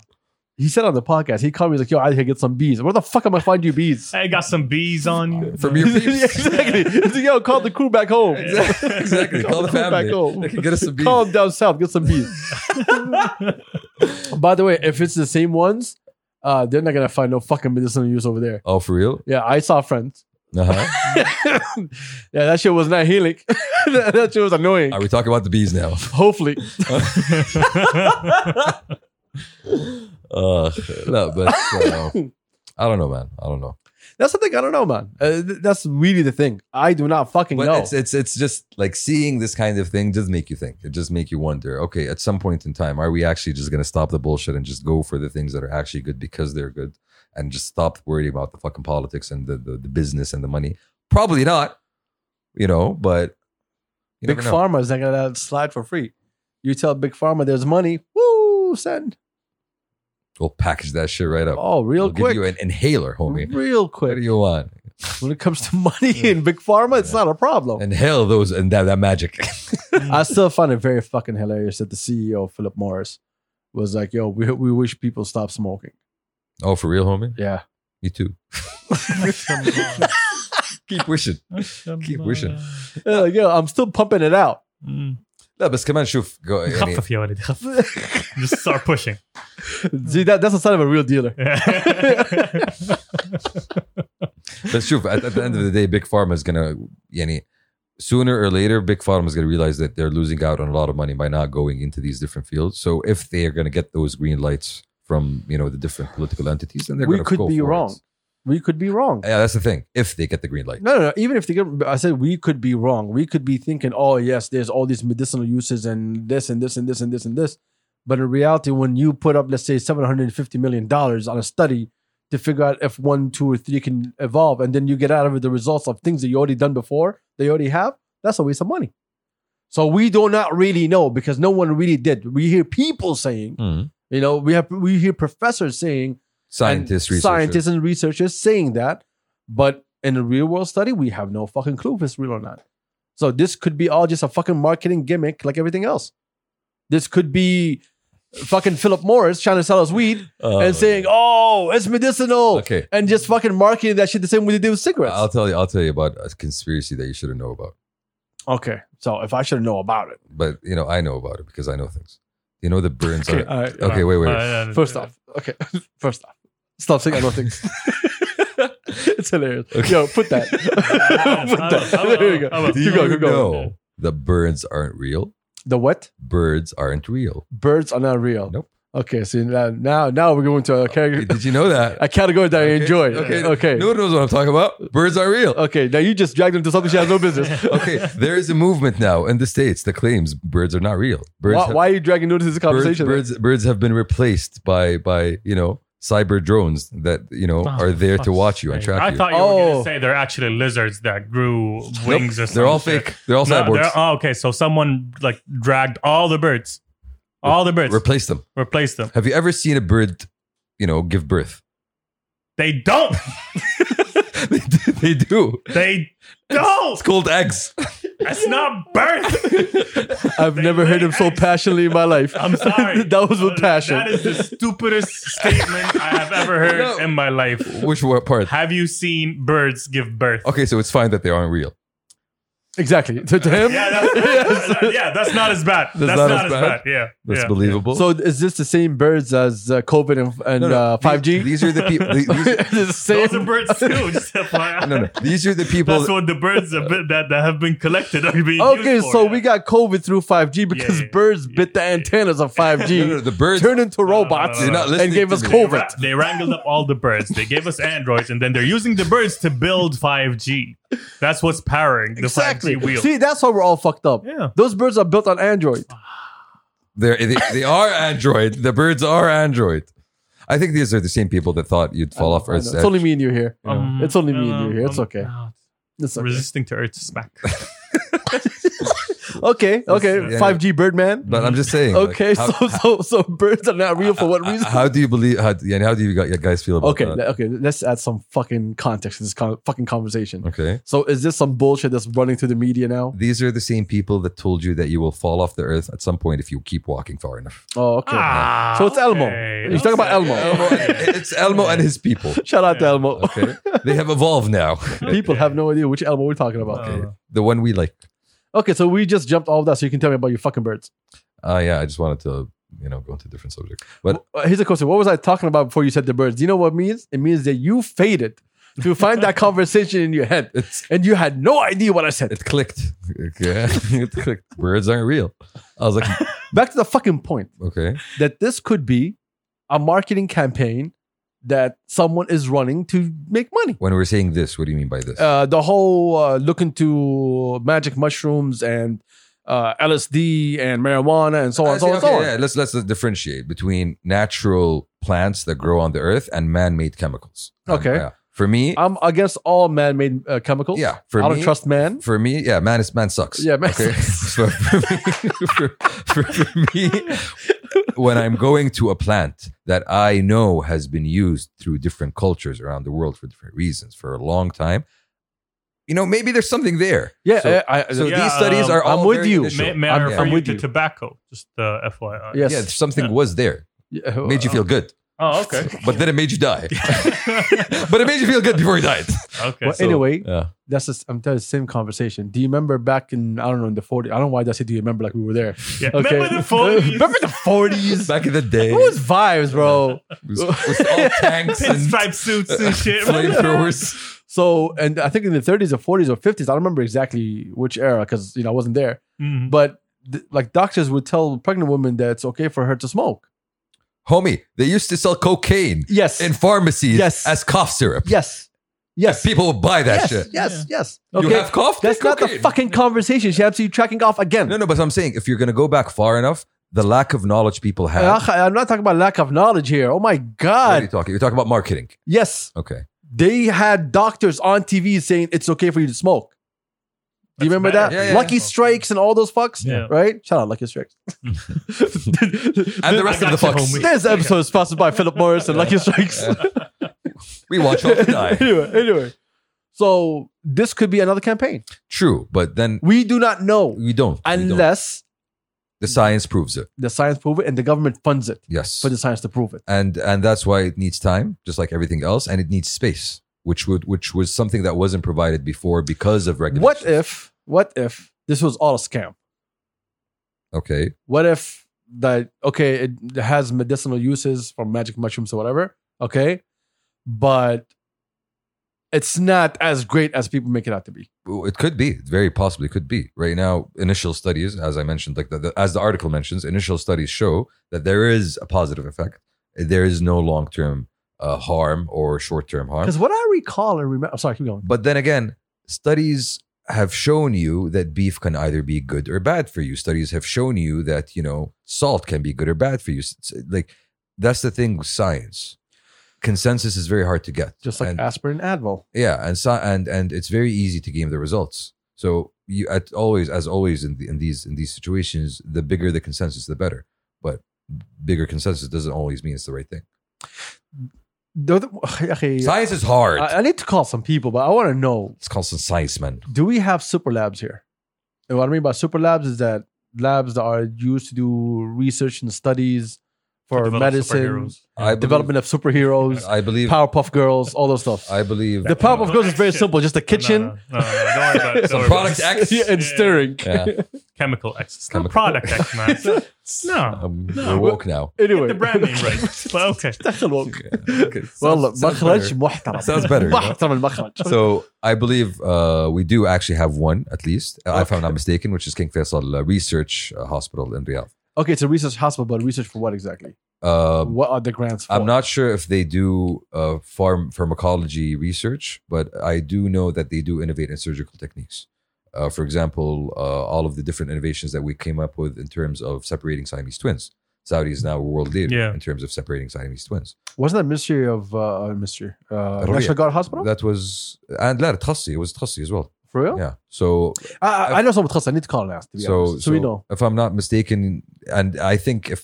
he said on the podcast, he called me he's like, "Yo, I gotta get some bees. Where the fuck am I find you bees?"
I got some bees on you.
From *laughs* your
Yeah,
bees.
*laughs* exactly. He's like, "Yo, call the crew back home.
Exactly. exactly. Call the
crew
family.
Back home.
They can get us some bees.
Call them down south. Get some
*laughs*
bees." By the way, if it's the same ones, uh, they're not gonna find no fucking medicinal use over there.
Oh, for real?
Yeah, I saw friends. *laughs*
Uh-huh.
yeah, that shit was not healing. *laughs* that, that shit was annoying.
Are we talking about the bees
*laughs*
now?
Hopefully,
Uh, no, but uh, I don't know, man. I don't know.
that's the thing. I don't know, man. Uh, th- that's really the thing. I do not fucking
But
know.
it's it's it's just like seeing this kind of thing does make you think. It just make you wonder. Okay, at some point in time, are we actually just gonna stop the bullshit and just go for the things that are actually good because they're good, and just stop worrying about the fucking politics and the the, the business and the money? Probably not. You know, but you
Big
never know.
Pharma is not gonna let it slide for free. You tell Big Pharma there's money, woo, send.
We'll package that shit right up.
Oh, real
we'll
quick,
give you an inhaler, homie.
real
What do
quick.
you want?
When it comes
*laughs*
to money in Big Pharma, it's
Yeah.
not a problem.
Inhale those and that that magic. *laughs*
I still find it very fucking hilarious that the CEO Philip Morris was like, "Yo, we we wish people stop smoking."
oh, for real, homie.
Yeah,
Me
*laughs*
too.
Come on.
*laughs* Keep wishing.
Come
wishing.
on.
They're like, yo, I'm still pumping it out. *laughs*
uh, Mm.
لا بس كمان شوف go- يعني
خفف يا ولد خفف. Just start *laughs*
*laughs*
pushing.
See, that that's the sign of a real dealer.
But شوف at, at the end of the day big pharma is gonna yani sooner or later big pharma is gonna realize that they're losing out on a lot of money by not going into these different fields so if they are gonna get those green lights from you know the different political entities then they're
We
gonna
could
go
be
for it.
wrong. We could be wrong.
yeah that's the thing if they get the green light
No, no, no. Even if they get, I said we could be wrong. We could be thinking, oh yes, there's all these medicinal uses and this and this and this and this and this. But in reality, when you put up, let's say, seven hundred and fifty million dollars on a study to figure out if one, two, or three can evolve, and then you get out of it the results of things that you already done before, they already have. That's a waste of money. So we do not really know because no one really did. We hear people saying,
Hmm.
you know, we have we hear professors saying
scientists
and
researchers
scientists and researchers saying that, but in a real world study, we have no fucking clue if it's real or not. So this could be all just a fucking marketing gimmick, like everything else. This could be fucking Philip Morris trying to sell us weed
Oh,
and saying, "Oh, it's medicinal,"
okay
and just fucking marketing that shit the same way they did with cigarettes.
I'll tell you I'll tell you about a conspiracy that you shouldn't know about
okay, so if I should know about it,
but you know I know about it because I know things you know the burns
okay,
are
all right.
Okay, wait, wait, wait.
Uh, uh,
First off, okay. *laughs* First off, stop saying I know
*laughs*
things. it's hilarious.
Okay.
Yo, put
*laughs*
that. put that.
I will, I will,
there you go.
I
do
will.
Keep
you
going. Keep going.
know the birds aren't real
The what?
birds aren't real
*laughs* Birds are not real.
Nope.
Okay, so now now, now we're going to a,
Hey,
category,
Did you know that?
a category that I
Okay,
enjoy.
okay,
Okay, okay,
No one knows what I'm talking
*laughs*
about. Birds are real.
okay. Now you just dragged them to something she has no
*laughs*
business. *laughs*
Okay, there is a movement now in the states that claims birds are not real. Birds
why,
have-
why are you dragging into this
birds,
conversation?
birds, birds have been replaced by by you know cyber drones that you know
Oh,
are there to
fuck's
watch you and
sake.
track
I
you.
thought you were
Oh.
gonna say they're actually lizards that grew
Nope,
wings. Or
they're all
some shit.
fake. They're all
No,
cyborgs.
they're- oh, okay, so someone like dragged all the birds, all the birds,
Replace them.
replaced them.
Have you ever seen a bird, you know, give
*laughs*
birth? *laughs*
They don't.
they, do, they do. *laughs*
They don't.
It's called eggs.
That's not birth.
I've
they
never heard
lay
him so
eggs.
passionately in my life.
I'm
*laughs*
sorry.
that was with passion.
That is the stupidest statement I have ever heard
*laughs* No.
in my life.
Which what part?
Have you seen birds give birth?
Okay, so it's fine that they aren't real.
exactly to, to him. *laughs*
Yeah, that's, yeah, that's not as bad. That's, not, as bad. Yeah,
That's
yeah.
believable.
So is this the same birds as uh, COVID and, and
No, no,
uh,
these-
5G? *laughs*
These are the people. These, are- *laughs*
Is it the same?
Those are birds
*laughs*
too. Just FYI.
no, no. These are the people.
That's what the birds have been- that, that have been collected are being
Okay,
used for,
so
yeah.
we got COVID through 5G because
yeah,
birds
yeah,
bit the
yeah.
antennas of
*laughs*
no, no,
5G,
the birds.
turned into
no,
robots,
no, no. You're Uh, not
listening
and gave
to
us
me.
They, ra-
COVID.
they wrangled up all the birds. They gave us androids, and then they're using the birds to build 5G. That's what's powering the
Exactly.
5G wheel.
See, that's why we're all fucked up.
yeah.
Those birds are built on Android.
They're, they, they are Android. The birds are Android. I think these are the same people that thought you'd fall off
I know.
Earth's
It's
edge.
only me and you here.
You know.
It's only me and you here. It's
um,
okay.
no,
It's okay.
Resisting to Earth's smack.
Okay, okay.
yeah.
Five G Birdman.
But I'm just saying. like,
Okay,
how- *laughs*
so so so birds are not real for what
Uh,
reason?
*laughs* How do you believe? How, yeah, and how do you gu- guys feel about
Okay,
that?
le- okay. Let's add some fucking context to this con- fucking conversation.
Okay.
So is this some bullshit that's running through the media now?
These are the same people that told you that you will fall off the earth at some point if you keep walking far enough.
Oh, okay.
Ah,
So it's Elmo. You're talking about Elmo.
Elmo, *laughs* it's Elmo and his people.
Shout out to
Yeah.
Elmo.
Okay. They have evolved now.
*laughs* People
*laughs*
Okay.
have no idea which Elmo we're talking about.
Okay.
The one we like.
Okay, so we just jumped all that, so you can tell me about your fucking birds.
Uh, yeah, I just wanted to, you know, go into a different subject. But
Uh, Here's a question: What was I talking about before you said the birds? Do you know what it means? It means that you faded to find
*laughs*
that conversation in your head,
it's
and you had no idea what I said.
it clicked. *laughs* Okay. it clicked. Birds aren't real. I was like, *laughs*
Back to the fucking point
okay.
that this could be a marketing campaign that someone is running to make money.
When we're saying this, what do you mean by this?
Uh, the whole uh, look into magic mushrooms and uh, LSD and marijuana and so on,
I
so
see,
on,
okay,
so on.
Yeah, let's let's differentiate between natural plants that grow on the earth and man-made chemicals. Um,
Okay.
yeah. For me,
I'm against all man-made uh, chemicals.
yeah. For
I don't
me,
trust man.
For me, yeah, man is man sucks.
*laughs* Yeah, man
Okay. *laughs* so for me, *laughs* for- for- for me, when I'm going to a plant that I know has been used through different cultures around the world for different reasons for a long time, you know, maybe there's something there.
Yeah,
So,
I, I-
so
Yeah,
these studies
um,
are. All
I'm with
very
you.
initial.
May, may
I'm-
I
yeah.
refer
I'm
you
with
to
you.
tobacco? Just uh, FYI.
yes.
Yeah, something was there.
Yeah,
Made you feel good,
*laughs*
Oh, okay. *laughs*
but then it made you die.
okay.
but it made you feel good before you
*laughs*
died.
Well,
so-
anyway,
Yeah.
that's just, I'm telling you, the same conversation. Do you remember back in I don't know in the 40s? I don't know why I said do you remember like we were there.
yeah.
Okay.
*laughs* Remember
*laughs*
the phone?
remember the 40s?
*laughs* Back in the day,
What was vibes, bro?
it was- it was
*laughs*
all tanks and
Pinstripe suits and shit. Remember that? *laughs*
flamethrowers.
So, and I think in the 30s or 40s or 50s, I don't remember exactly which era because you know I wasn't there.
Mhm.
But th- like doctors would tell pregnant women that it's okay for her to smoke.
Homie, they used to sell cocaine
Yes.
in pharmacies
Yes.
as cough syrup.
yes. Yes.
People will buy that
yes.
shit.
Yes. Yes.
You have cough?
That's
Take
not the
cocaine.
fucking conversation. She absolutely tracking off again.
No, no, but I'm saying if you're going to go back far enough, the lack of knowledge people have.
Ugh, I'm not talking about lack of knowledge here. Oh
what
my
are you
Ah, God.
talking? You're talking about marketing.
Yes.
Okay.
They had doctors on TV saying it's okay for you to smoke. Do you
That's
remember
better.
that?
Yeah, yeah,
Lucky
yeah.
Strikes and all those fucks,
Yeah.
right? Shout out Lucky
*laughs*
Strikes. *laughs*
And the rest
I
of the
got you,
fucks.
homie.
This episode is sponsored by Philip Morris and Lucky Strikes.
We watch
*laughs*
all die.
anyway, anyway. So this could be another campaign.
True, but then
We do not know
we don't. We don't.
unless
The science proves it.
the science prove it and the government funds it
Yes.
for the science to prove it.
and and that's why it needs time, just like everything else, and it needs space, which would which was something that wasn't provided before because of regulations.
What if what if this was all a scam?
Okay,
what if that okay it has medicinal uses for magic mushrooms or whatever okay but it's not as great as people make it out to be.
Well, It could be, very possibly could be. Right now, initial studies, as I mentioned, like the, the, as the article mentions, initial studies show that there is a positive effect. There is no long term uh, harm or short term harm.
Because what I recall and remember, I'm sorry, keep going.
But then again, studies have shown you that beef can either be good or bad for you. Studies have shown you that you know salt can be good or bad for you. It's- like that's the thing with science. Consensus is very hard to get.
Just like
And-
aspirin and Advil.
yeah, and so, and and it's very easy to game the results. So you at always as always in, the, in these in these situations, the bigger the consensus, the better. But bigger consensus doesn't always mean it's the right thing.
The other- *laughs* okay,
Science is hard.
I, I need to call some people, but I want to know
it's called some science, man.
do we have super labs here? And what I mean by super labs is that labs that are used to do research and studies for
develop
medicine,
superheroes.
I believe-
development of superheroes,
I believe.
Powerpuff Girls, all those stuff.
I believe.
the Powerpuff
No,
Girls is very
shit.
simple, just a kitchen.
*laughs* No, no, no, no, don't worry about it. Don't
Some
worry about
product
it.
X.
Yeah, *laughs* and
Yeah.
stirring.
*laughs*
*laughs*
Yeah.
Chemical X. It's
Chemical-
not product X, man. It's not- No.
Um,
No.
We're woke now.
Anyway,
The brand name
*laughs*
right. But okay.
دخل وقت.
Yeah,
*laughs*
okay. Sounds-
والله
sounds better.
مخرج محترم
Sounds better, you know?
محترم المخرج
So I believe uh, we do actually have one at least, uh, if I'm not mistaken, which is King Faisal uh, Research uh, Hospital in Riyadh.
Okay, it's a research hospital, but research for what exactly?
Um,
What are the grants for?
I'm not sure if they do uh, pharm- pharmacology research, but I do know that they do innovate in surgical techniques. Uh, for example, uh, all of the different innovations that we came up with in terms of separating Siamese twins. Saudi is now a world leader
Yeah.
in terms of separating Siamese twins.
Wasn't that Ministry of uh, Ministry uh,
Hurriya.
National Guard Hospital?
That was and لا تخصي it was تخصي as well.
for real?
Yeah. So
I, I- I know someone trust. I need to call and ask. To be
so,
honest. so, we know.
if I'm not mistaken, and I think if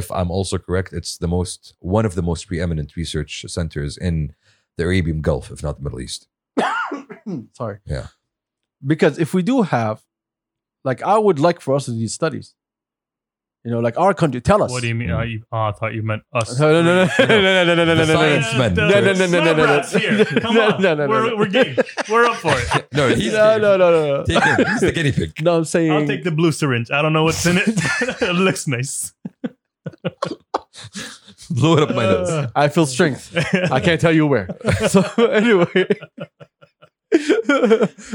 if I'm also correct, it's the most one of the most preeminent research centers in the Arabian Gulf, if not the Middle East.
Sorry.
Yeah.
Because if we do have, like, I would like for us to do these studies. You know, like our country, tell us.
What do you mean? Oh, you, oh, I thought you meant us.
*laughs* No, no, no,
*laughs*
no, *laughs* no, no, no, no, no, no,
The
no, no,
science- Yes,
no.
man.
The-
No, no,
no, no, no, no,
Snowbrats
no.
here. Come
No,
on.
no, no, no,
we're,
no.
we're game. We're up for
*laughs*
it.
No, he's
No, no, no, no,
Take
no.
him. He's the guinea
*laughs*
pig.
No, I'm saying.
I'll take the blue syringe. I don't know what's in it. *laughs* it looks nice.
Blow it up my nose. *laughs*
*laughs*
*laughs* Uh,
I feel strength. I can't tell you where. *laughs* So anyway, *laughs*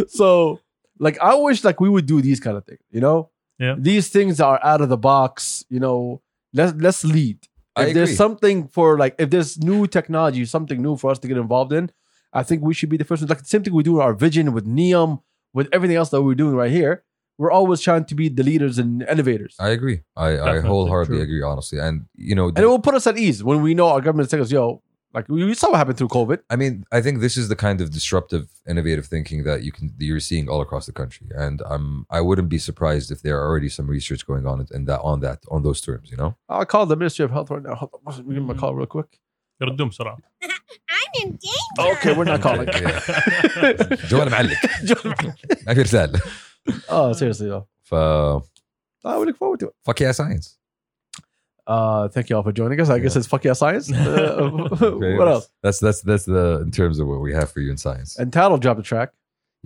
so like I wish like we would do these kind of things. You know,
Yeah.
These things are out of the box. You know, let's let's lead.
I
if there's
agree.
something for like if there's new technology, something new for us to get involved in, I think we should be the first. ones. Like the same thing we do in our vision with Neum, with everything else that we're doing right here. We're always trying to be the leaders and innovators.
I agree. I, I
Definitely
wholeheartedly
true.
agree, honestly. And you know,
And it will put us at ease when we know our government telling us, yo, like we we saw what happened through COVID.
I mean, I think this is the kind of disruptive, innovative thinking that you can that you're seeing all across the country. And um, I wouldn't be surprised if there are already some research going on in that on that on those terms. You
*laughs*
know,
I'll call the Ministry of Health right now. Hold on. We give him a call real *laughs* quick.
يردوا بسرعة.
I'm in danger.
Okay, we're not calling.
Okay, yeah. جوال معلق ما في رسالة.
oh, seriously though.
ف
Oh, we look forward to it.
fuck yeah science.
Uh, thank you all for joining us. I guess it's fuck yeah *laughs* science. Uh,
Okay,
what else?
That's that's that's the in terms of what we have for you in science.
And Tattle dropped a track,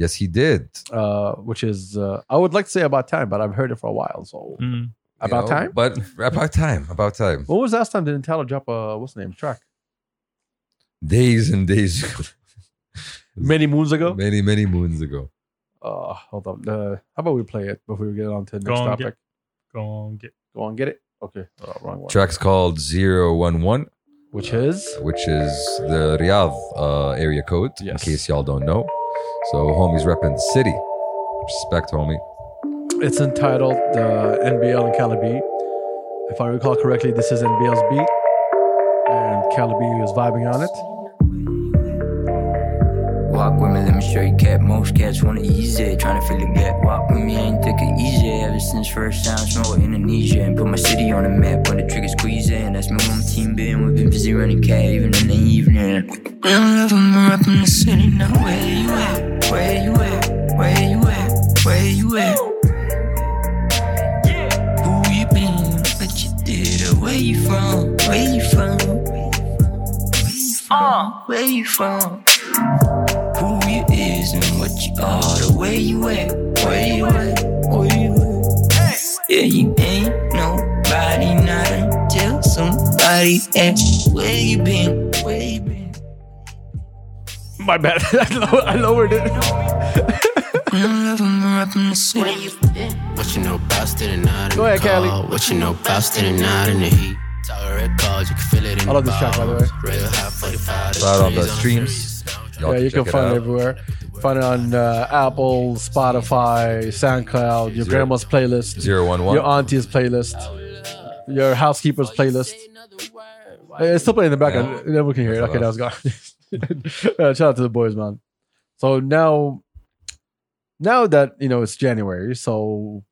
Yes, he did.
uh, which is uh, I would like to say about time, but I've heard it for a while. So
*laughs* Mm.
you
about
know,
time.
but about time, about time.
When was the last time did Tattle drop a what's the name track?
Days and days ago.
Many moons ago.
Many, many moons ago.
Uh, hold on. Uh, how about we play it before we get on to the
Go
next
on,
topic?
get- Go and get-
Go on, get it. Okay, uh, wrong one.
Track's called 011,
Which is
which is the Riyadh uh, area code, in
Yes.
case y'all don't know. So, homie's repping the city. Respect, homie.
It's entitled uh, NBL and Calibi. If I recall correctly, this is NBL's beat, and Calibi is vibing
*laughs*
on it.
Walk with me, let me show you cat. Most cats wanna ease it, tryna fill the gap. Walk with me, I ain't took it easy ever since first time smoke Indonesia and put my city on the map. When the trigger squeeze and that's me when I'm team been. We've been busy running cat even in the evening. Real love, I'm up in the city now. Where you at? Where you at? Where you at? Where you at? Who you been? What you did? Or where you from? Where you from? Where you from? who you is and what you are, the way you at, where you at, where you at. Yeah, you ain't nobody, not until somebody asks where you been, where you been.
My bad. I, low- I lowered it.
I'm loving her up in the city.
What you know about staying out in
Go ahead,
the
Callie.
cold? What you know about staying out in the heat? Tower red balls, you can feel it in
I love this
your
track, by the
bones.
way.
Real hot 45
Shout out on the
degrees on
streams. Y'all
Yeah, you can
check it
find
out.
it everywhere. Find it on uh, Apple, Spotify, SoundCloud, your
Zero-
grandma's playlist,
Zero one one.
your auntie's playlist, your housekeeper's playlist. Uh, It's still playing in the background.
Yeah.
Never can hear it.
That's
Okay, that was gone. *laughs* Uh, shout out to the boys, man. So now, now that you know it's January, so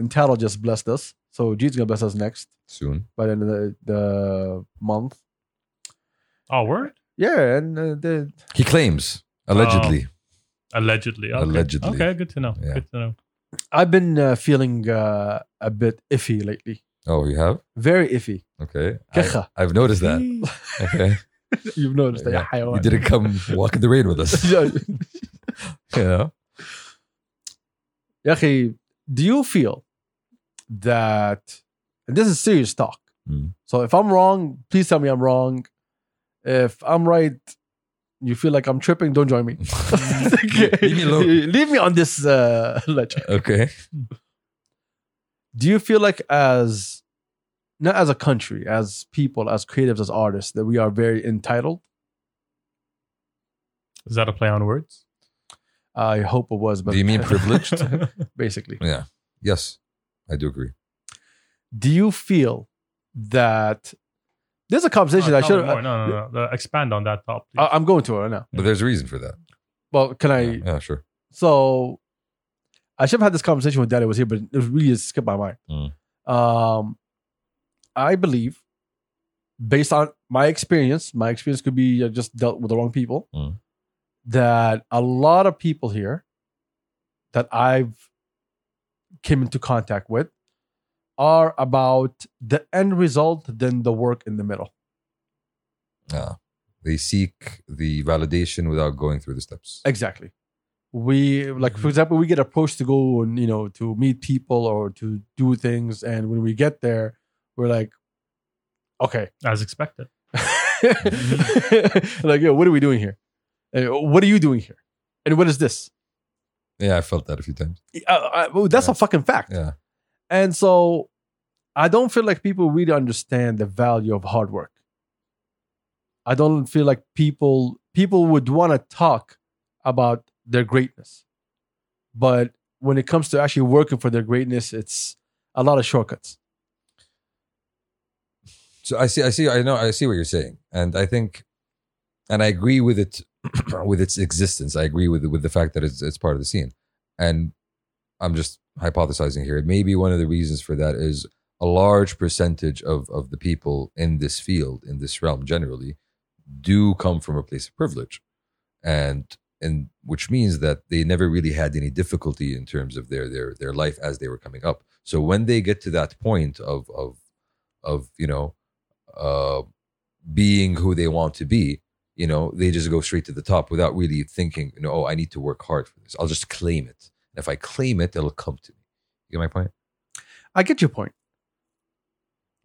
Entalo just blessed us. So G's gonna bless us next
soon.
by the end of the, the month.
Oh, word?
Yeah, and uh, the,
He claims allegedly.
Oh,
Allegedly. Okay.
Allegedly.
Okay, good to know.
Yeah.
Good to know.
I've been uh, feeling uh, a bit iffy lately.
Oh, you have
Very iffy.
okay. I,
Kecha.
I've noticed
*laughs*
that. Okay,
You've noticed that.
Yeah.
Yeah,
you
*laughs*
didn't come walk in the rain with us. *laughs* Yeah.
Yahi, do you feel that, and this is serious talk.
Mm.
So if I'm wrong, please tell me I'm wrong. If I'm right, you feel like I'm tripping, don't join
*laughs*
me.
Leave me alone.
*laughs* Leave me on this uh, *laughs* ledge.
Okay.
Do you feel like, as not as a country, as people, as creatives, as artists, that we are very entitled?
Is that a play
*laughs*
on words?
I hope it was, but
Do you
*laughs*
mean privileged?
basically.
yeah. Yes, I do agree.
do you feel that there's a conversation I Uh,
Uh, tell
should
me more. Oh, No, no, no. Uh, Expand on that thought.
I, I'm going to it right now.
But there's a reason for that.
Well, can I?
Yeah, yeah, sure.
So I should have had this conversation when Daddy was here, but it really skipped my mind.
Mm.
Um, I believe, based on my experience, my experience could be I just dealt with the wrong people.
Mm.
That a lot of people here that I've came into contact with are about the end result than the work in the middle.
Yeah. They seek the validation without going through the steps.
Exactly. We like, for example, we get approached to go and you know to meet people or to do things, and when we get there, we're like, okay,
As expected.
*laughs* like, yo, what are we doing here? Uh, What are you doing here? And what is this?
Yeah, I felt that a few times.
Uh, uh, well, that's a fucking fact.
Yeah.
And so, I don't feel like people really understand the value of hard work. I don't feel like people people would want to talk about their greatness. But when it comes to actually working for their greatness, it's a lot of shortcuts.
So I see, I see, I know, I see what you're saying, and I think, and I agree with it, *clears throat* with its existence. I agree with with the fact that it's it's part of the scene, and I'm just hypothesizing here. Maybe one of the reasons for that is a large percentage of of the people in this field, in this realm, generally, do come from a place of privilege, and and which means that they never really had any difficulty in terms of their their their life as they were coming up. So when they get to that point of of of you know uh, being who they want to be, you know, they just go straight to the top without really thinking, you know, oh, I need to work hard for this. I'll just claim it. And if I claim it, it'll come to me. You get my point?
I get your point.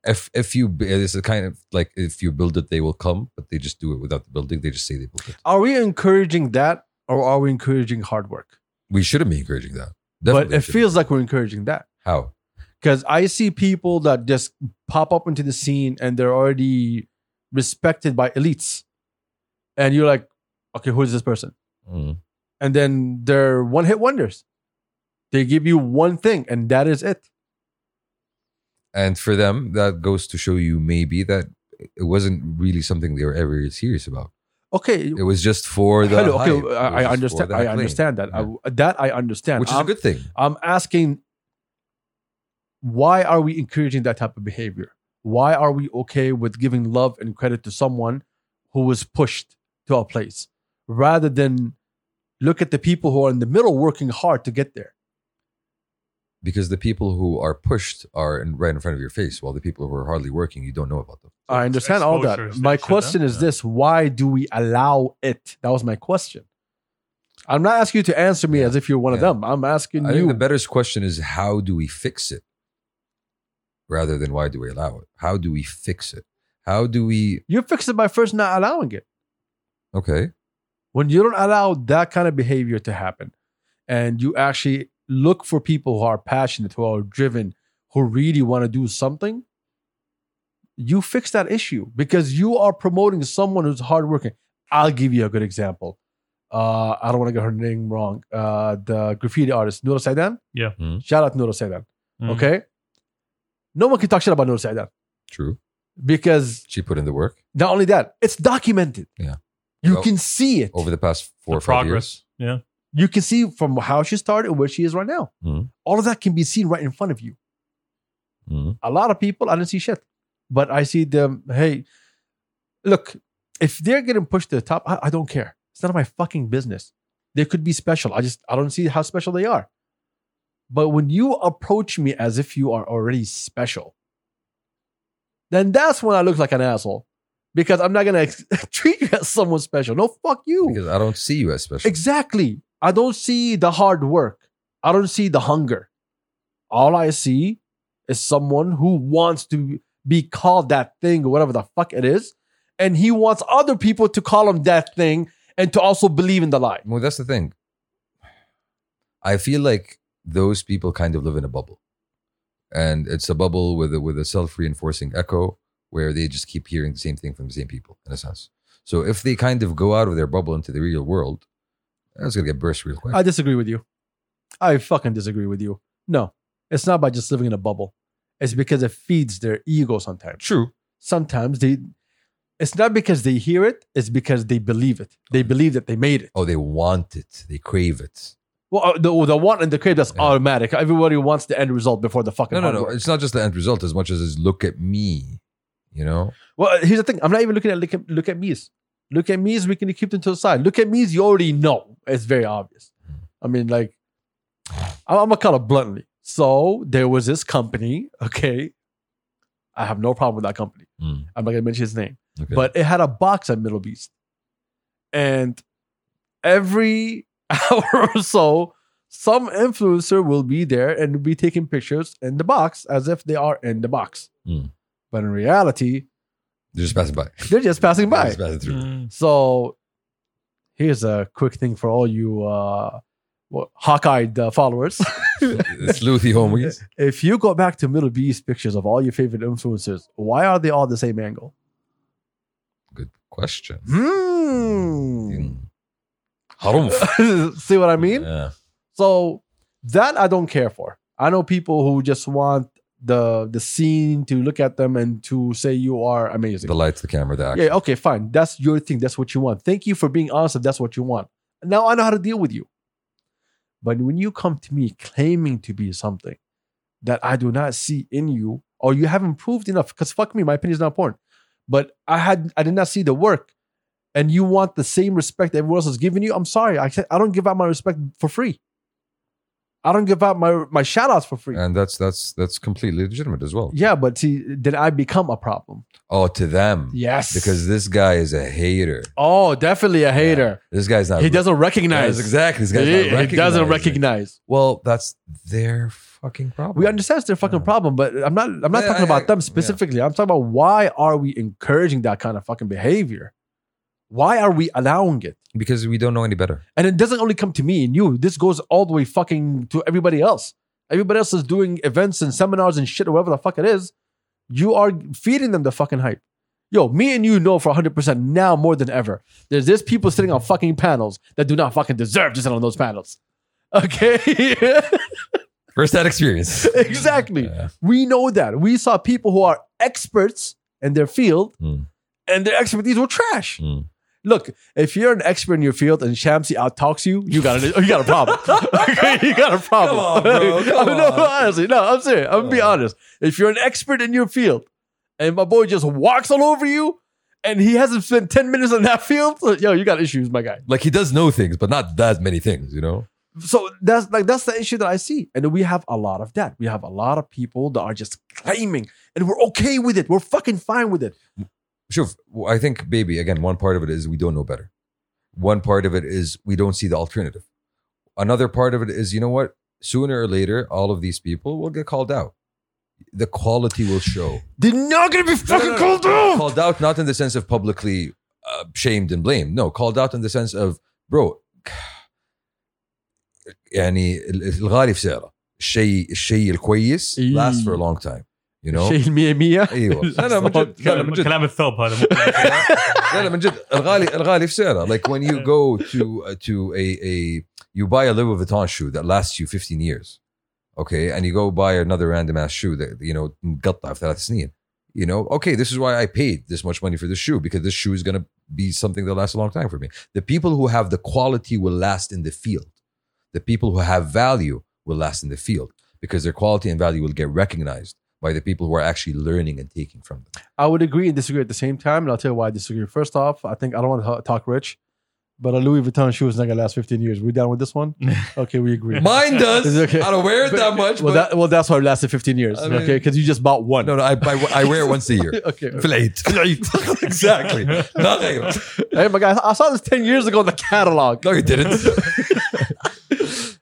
If if you this is kind of like if you build it, they will come, but they just do it without the building. They just say they built it.
Are we encouraging that, or are we encouraging hard work?
We shouldn't be encouraging that. Definitely
but it
shouldn't.
feels like we're encouraging that.
how
because I see people that just pop up into the scene and they're already respected by elites, and you're like, okay, who is this person?
Mm.
And then they're one hit wonders. They give you one thing, and that is it.
and for them that goes to show you maybe that it wasn't really something they were ever serious about.
Okay,
It was just for the
hello,
hype. It
okay,
was
I, I
just for
understand.
the
I
acclaim,
understand that. I, that I understand.
which is
I'm,
a good thing.
I'm asking, why are we encouraging that type of behavior? Why are we okay with giving love and credit to someone who was pushed to a place rather than look at the people who are in the middle working hard to get there?
because the people who are pushed are in, right in front of your face, while the people who are hardly working, you don't know about them.
So
I
it's
understand all that.
exposure is
My
that shit,
question
huh?
is
Yeah.
this why do we allow it? That was my question. I'm not asking you to answer me
Yeah.
as if you're one of
Yeah.
them. I'm asking
I think
you.
the better question is how do we fix it, rather than why do we allow it? How do we fix it? How do we?
you fix it by first not allowing it.
Okay,
When you don't allow that kind of behavior to happen, and you actually look for people who are passionate, who are driven, who really want to do something, you fix that issue because you are promoting someone who's hardworking. I'll give you a good example. Uh, I don't want to get her name wrong. Uh, the graffiti artist, Nura Saidan.
Yeah.
Mhm.
Shout out Nura Saidan.
Mhm.
Okay. No one can talk shit about Nura Saidan
True.
because
She put in the work
not only that, it's documented.
Yeah.
You
Well,
can see it.
over the past four
The
or five
progress.
years.
Yeah.
you can see from how she started and where she is right now.
Mhm.
All of that can be seen right in front of you.
Mhm.
a lot of people I didn't see shit, but I see them. Hey, look, if they're getting pushed to the top, I, I don't care. It's none of my fucking business. They could be special. I just I don't see how special they are. But when you approach me as if you are already special, then that's when I look like an asshole because I'm not gonna ex- *laughs* treat you as someone special. No, fuck you.
Because I don't see you as special.
Exactly. I don't see the hard work. I don't see the hunger. All I see is someone who wants to be called that thing or whatever the fuck it is. And he wants other people to call him that thing and to also believe in the lie.
Well, that's the thing. I feel like those people kind of live in a bubble, and it's a bubble with a, with a self reinforcing echo where they just keep hearing the same thing from the same people in a sense. So if they kind of go out of their bubble into the real world, that's gonna get burst real quick.
I disagree with you. I fucking disagree with you. No, it's not by just living in a bubble. It's because it feeds their ego sometimes.
True.
Sometimes they, it's not because they hear it, it's because they believe it. They believe that they made it.
Oh, they want it. They crave it.
Well, uh, the, the want and the crave that's
Yeah.
automatic. Everybody wants the end result before the fucking.
No, no,
hard
no.
work.
It's not just the end result as much as it's look at me. You know.
Well, here's the thing. I'm not even looking at look at, look at me's. Look at me's. We can keep them to the side. Look at me's. You already know. It's very obvious. I mean, like, I'm, I'm gonna call it bluntly. So there was this company. Okay, I have no problem with that company.
Mm.
I'm not gonna mention his name.
Okay.
but it had a box at Middle Beast. And every *laughs* hour or so, some influencer will be there and will be taking pictures in the box as if they are in the box.
Hmm.
But in reality,
they're just passing by.
they're just passing
They're
by.
just passing through.
*laughs* Mm.
So here's a quick thing for all you uh, what, hawk-eyed uh, followers. *laughs* Mm.
Sleuthy homies.
if you go back to Middle Beast pictures of all your favorite influencers, why are they all the same angle?
Good question.
Hmm.
Mm. Harumf.
*laughs* See what I mean?
Yeah.
So that I don't care for. I know people who just want the the scene to look at them and to say you are amazing.
The lights, the camera, the action.
Yeah, okay, fine. That's your thing. That's what you want. Thank you for being honest if that's what you want. Now I know how to deal with you. But when you come to me claiming to be something that I do not see in you, or you haven't proved enough, because fuck me, my opinion's not porn. But I had I did not see the work. And you want the same respect that everyone else is giving you. I'm sorry. I can't, I don't give out my respect for free. I don't give out my my shout outs for free.
and that's that's that's completely legitimate as well.
yeah, but see, then I become a problem.
Oh, to them,
Yes.
because this guy is a hater.
oh, definitely a hater.
This guy's not.
He doesn't recognize.
That's exactly. This Uh, guy's
He-
not
he doesn't
recognizing.
recognize.
Well, that's their fucking problem.
We understand it's their fucking
Yeah.
problem, but I'm not. I'm not
Yeah,
talking
I-
about
yeah.
them specifically. I'm talking about why are we encouraging that kind of fucking behavior? Why are we allowing it?
because we don't know any better.
And it doesn't only come to me and you. This goes all the way fucking to everybody else. Everybody else is doing events and seminars and shit, or whatever the fuck it is. You are feeding them the fucking hype. Yo, me and you know for 100% now more than ever. There's this people sitting on fucking panels that do not fucking deserve to sit on those panels. *laughs* Okay? *laughs*
First that experience.
exactly.
Yeah.
We know that. We saw people who are experts in their field
Mm.
and their expertise were trash.
Mm.
Look, if you're an expert in your field and Shamsi out talks you, you got a you got a
*laughs*
problem. *laughs* Okay, you got a problem.
Come on,
*laughs*
bro. Come
no, no,
on.
honestly, no, I'm serious. I'm gonna be
Come on.
honest. If you're an expert in your field and my boy just walks all over you and he hasn't spent 10 minutes on that field, yo, you got issues, my guy.
Like he does know things, but not that many things. You know.
So that's like that's the issue that I see. And we have a lot of that. We have a lot of people that are just claiming and we're okay with it. We're fucking fine with it.
Sure. I think, baby, again, one part of it is we don't know better. One part of it is we don't see the alternative. Another part of it is, you know what? Sooner or later, all of these people will get called out. The quality will show.
They're not gonna be
No, no,
fucking
no.
called out.
Called out, not in the sense of publicly uh, shamed and blamed. No, called out in the sense of, bro, *sighs* يعني ال- الغالي في سعره. الشيء الشيء الكويس
إي.
lasts for a long time. You know؟
شيء المية مية
ايوه
*laughs*
لا لا من جد لا لا من
كلام,
جد
كلام الثوب هذا
*laughs*
مو كلام-
لا لا من جد الغالي الغالي في سعره like when you go to uh, to a a you buy a Louis Vuitton shoe that lasts you 15 years okay and you go buy another random ass shoe that you know مقطع في ثلاث سنين you know okay this is why I paid this much money for this shoe because this shoe is going to be something that lasts a long time for me the people who have the quality will last in the field the people who have value will last in the field because their quality and value will get recognized by the people who are actually learning and taking from them
I would agree and disagree at the same time, and I'll tell you why I disagree. First off, I think I don't want to talk rich, but a Louis Vuitton shoe is not gonna last 15 years. We down with this one? Okay, we agree.
mine does
Is it okay?
I don't wear it
But-
that much
well,
but-
that, well, that's why it lasted 15 years.
I mean-
okay, because you just bought one.
No, no, I, I, I wear it once a
*laughs*
year.
okay.
في العيد. *laughs*
*laughs*
exactly. Not غير.
Hey, my guy, I saw this 10 years ago in the catalog. *laughs*
No, you didn't.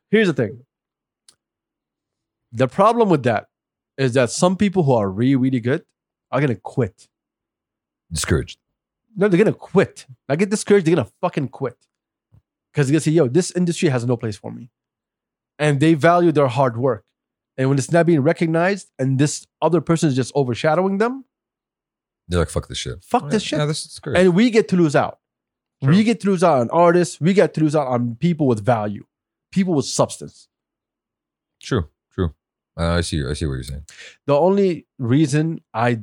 Here's the thing. The problem with that is that some people who are really, really good are gonna quit.
Discouraged.
No, they're gonna quit. I get discouraged, they're gonna fucking quit. Because they're gonna say, yo, this industry has no place for me. And they value their hard work. And when it's not being recognized and this other person is just overshadowing them,
They're like, fuck this shit.
fuck this
Yeah,
shit.
this is great.
And we get to lose out.
True.
We get to lose out on artists, we get to lose out on people with value, people with substance.
true, true. Uh, I see. I see what you're saying.
The only reason I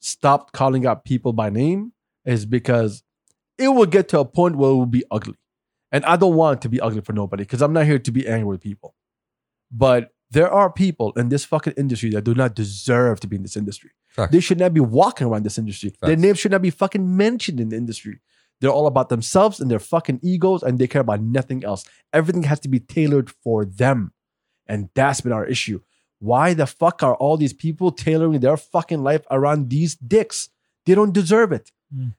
stopped calling out people by name is because it will get to a point where it will be ugly. And I don't want it to be ugly for nobody because I'm not here to be angry with people. But there are people in this fucking industry that do not deserve to be in this industry.
Facts.
They should not be walking around this industry. Their
Facts.
names should not be fucking mentioned in the industry. They're all about themselves and their fucking egos and they care about nothing else. Everything has to be tailored for them. And that's been our issue. Why the fuck are all these people tailoring their fucking life around these dicks? They don't deserve it.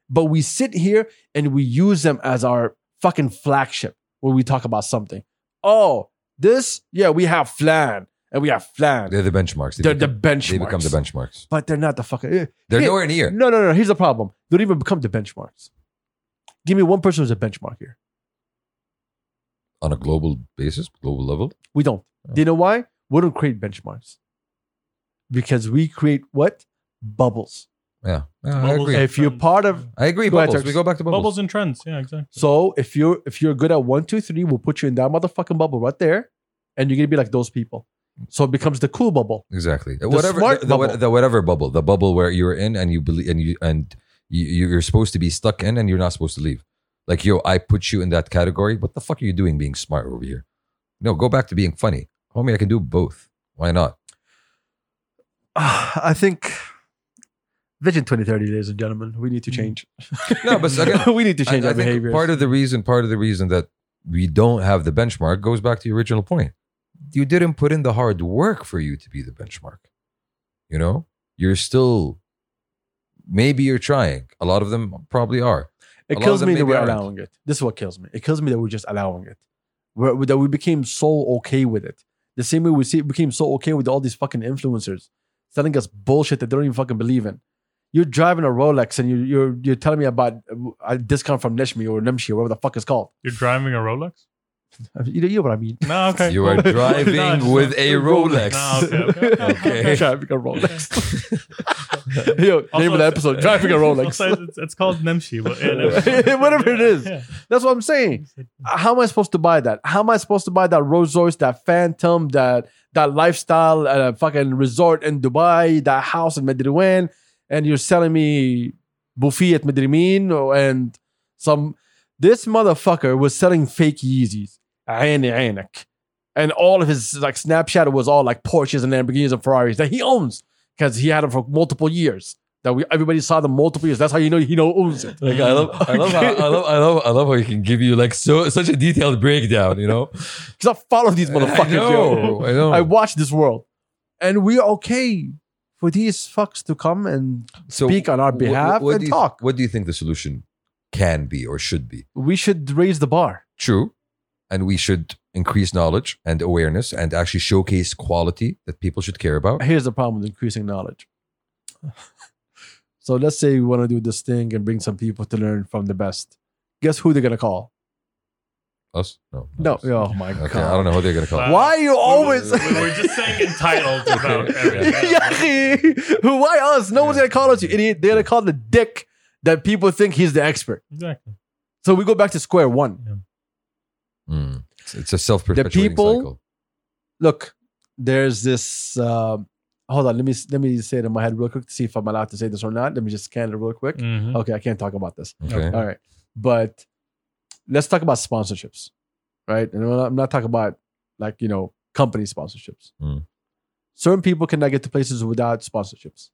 But we sit here and we use them as our fucking flagship when we talk about something. Oh, this, yeah, we have flan and we have flan.
They're the benchmarks. They,
They're the
become,
benchmarks.
they become the benchmarks.
But they're not the fucking. eh,
They're
Hey,
nowhere near.
No, no, no. Here's the problem. They don't even become the benchmarks. Give me one person who's a benchmark here.
On a global basis, global level.
We don't. Do you know why? We don't create benchmarks. Because we create what? Bubbles.
Yeah. Yeah, I
Bubbles.
agree.
Hey.
If you're part of
I agree.
Go ahead,
Bubbles.
Turks.
We go back to bubbles.
Bubbles and trends. Yeah, exactly.
So if you're if you're good at one, two, three, we'll put you in that motherfucking bubble right there, and you're gonna be like those people. So it becomes the cool bubble.
Exactly. whatever
smart
the, the,
bubble.
the whatever bubble, the bubble where you're in and you believe and you and you, you're supposed to be stuck in and you're not supposed to leave. Like yo, I put you in that category. What the fuck are you doing being smart over here? No, go back to being funny. Homie, I can do both. Why not?
Ah, I think Vision 2030, ladies and gentlemen, we need to change.
No, but again,
Mm. *laughs* we need to change
I, I
our
think
behavior.
part of the reason part of the reason that we don't have the benchmark goes back to your original point. You didn't put in the hard work for you to be the benchmark. You know? You're still maybe you're trying. A lot of them probably are. a
it
lot
kills
of them
me that
maybe
we're
aren't.
allowing it. This is what kills me. It kills me that we're just allowing it. We're, that we became so okay with it. The same way we see, became so okay with all these fucking influencers selling us bullshit that they don't even fucking believe in. You're driving a Rolex and you, you're you're telling me about a discount from Neshmi or Nemshi or whatever the fuck it's called.
You're driving a Rolex?
I mean, you, know, you know what I mean.
No, okay.
You are
cool. *laughs*
driving
No,
with
just-
a Rolex.
No, okay, okay, okay,
Okay.
*laughs*
okay.
driving a Rolex. *laughs* Yo, name of the
Also-
episode: Driving a
Also,
Rolex.
it's, it's called Nemshi.
*laughs*
But yeah, Nemshi.
Whatever it is.
Yeah.
That's what I'm saying. How am I supposed to buy that? How am I supposed to buy that Rolls Royce, that Phantom, that that lifestyle, uh, fucking resort in Dubai, that house in Medriwan, and you're selling me Buffy at Medrimin and some. This motherfucker was selling fake Yeezys. عيني عينك. And all of his like Snapchat was all like Porsches and Lamborghinis and Ferraris that he owns because he had them for multiple years. That we everybody saw them multiple years. That's how you know he know owns it.
Like I love, I
*laughs*
love, how, I love, I love, I love how he can give you like so such a detailed breakdown. You know,
Because I follow these motherfuckers,
I
yo.
know, I know.
I watch this world, and we're okay for these fucks to come and
so
speak on our
wh- wh-
behalf
what
and
do you-
talk.
What do you think the solution can be or should be?
we should raise the bar.
True, and we should increase knowledge and awareness and actually showcase quality that people should care about. *laughs*
Here's the problem with increasing knowledge. So let's say we want to do this thing and bring some people to learn from the best. Guess who they're gonna call?
Us? No.
No.
us.
Oh my god.
Okay, I don't know who they're gonna call.
Uh,
Why you always?
We were, we were
*laughs*
just saying entitled about everything.
Yucky. Why us? No one's gonna call us you idiot. They're gonna call the dick that people think he's the expert.
Exactly.
So we go back to square one.
Mm. It's, it's a self-perpetuating
people-
cycle.
Look, there's this. Um, hold on. Let me let me say it in my head real quick to see if I'm allowed to say this or not. Let me just scan it real quick.
Mm-hmm.
Mhm.
Okay, I can't talk about this.
Okay.
All right. But let's talk about sponsorships, right? And I'm not, I'm not talking about like, you know, company sponsorships.
Mm.
Certain people cannot get to places without sponsorships.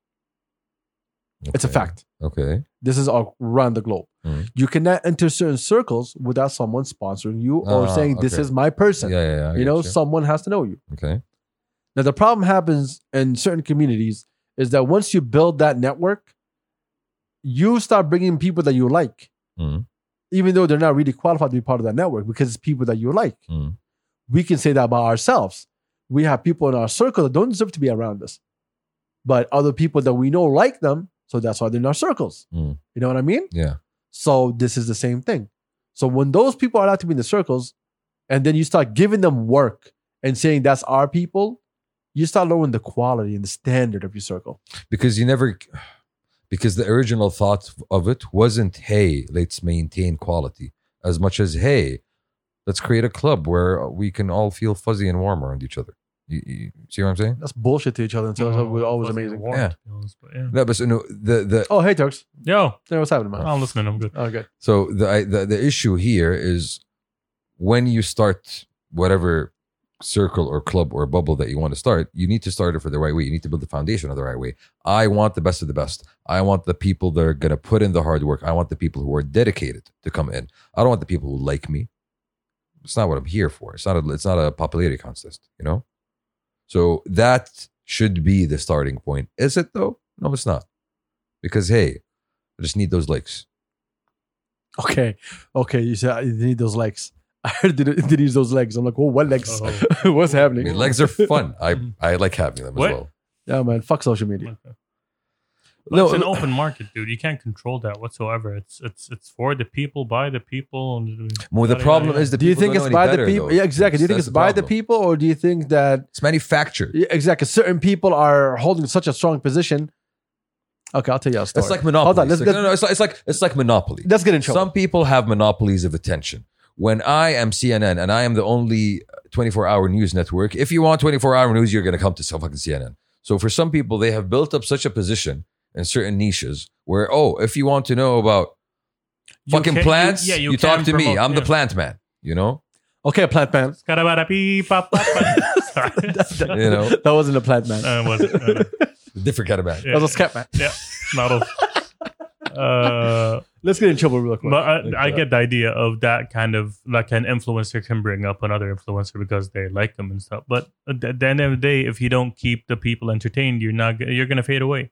It's a
Okay.
fact.
Okay.
This is all around the globe.
Mm.
You cannot enter certain circles without someone sponsoring you or
Ah,
saying, this
okay.
is my
Yeah,
person.
yeah, yeah. I
you know,
get
someone has to know you.
okay.
Now, the problem happens in certain communities is that once you build that network, you start bringing people that you like,
Mm.
even though they're not really qualified to be part of that network because it's people that you like.
Mm.
We can say that about ourselves. We have people in our circle that don't deserve to be around us, but other people that we know like them, so that's why they're in our circles.
Mm.
You know what I mean?
Yeah.
So this is the same thing. So when those people are allowed to be in the circles, and then you start giving them work and saying that's our people, you start lowering the quality and the standard of your circle.
Because you never because the original thought of it wasn't hey, let's maintain quality as much as hey, let's create a club where we can all feel fuzzy and warm around each other. You, you see what I'm saying?
That's bullshit to each other. And so
Mm-hmm.
so we're always
Wasn't
amazing.
warm,
Yeah.
to be honest, but yeah.
No, but so, no, the the
Oh, hey Turks,
Yo,
Hey, what's happening, man?
I'm listening. I'm good.
Oh, good.
So the, I- the the issue here is when you start whatever circle or club or bubble that you want to start, you need to start it for the right way. You need to build the foundation of the right way. I want the best of the best. I want the people that are gonna put in the hard work. I want the people who are dedicated to come in. I don't want the people who like me. It's not what I'm here for. It's not a it's not a popularity contest, you know? So that should be the starting point. Is it though? No, it's not. Because hey, I just need those likes.
Okay, okay. You said you need those legs. *laughs* I heard did did use those legs. I'm like, oh, what legs? *laughs*
Oh.
what's
I
happening?
mean, legs are fun.
*laughs*
I I like having them
What?
as well.
yeah, man. Fuck social media.
Well, it's
No,
an
no.
open market, dude. You can't control that whatsoever. It's it's it's for the people, by the people. And uh,
Well, the
Yada,
problem
yada,
is the
Do you
people
think
don't
it's
know any
by the
better,
people?
though.
Yeah, exactly. Do you think
That's
it's by the
problem.
people, or do you think that
It's manufactured.
Yeah, exactly. Certain people are holding such a strong position. Okay, I'll tell you a story.
It's like monopoly.
Hold on, let's
It's like-
get-
no, no, it's like, it's like it's like monopoly.
Let's get in trouble.
Some people have monopolies of attention. When I am CNN and I am the only 24-hour news network, if you want 24-hour news, you're going to come to some fucking CNN. So for some people, they have built up such a position in certain niches where, oh, if you want to know about
You
fucking
can- you-
plants,
yeah, you
talk
can
to me.
promote-
I'm the
yeah.
plant man. You know,
okay, plant man. *laughs*
Sorry.
you know,
that wasn't a plant man.
Uh, was it? Uh,
different kind of man.
that was a scat man.
not
*laughs*
a, uh,
Let's get in trouble real quick.
but I, I
Okay.
get the idea of that kind of like an influencer can bring up another influencer because they like them and stuff. But at the end of the day, if you don't keep the people entertained, you're not you're gonna fade away.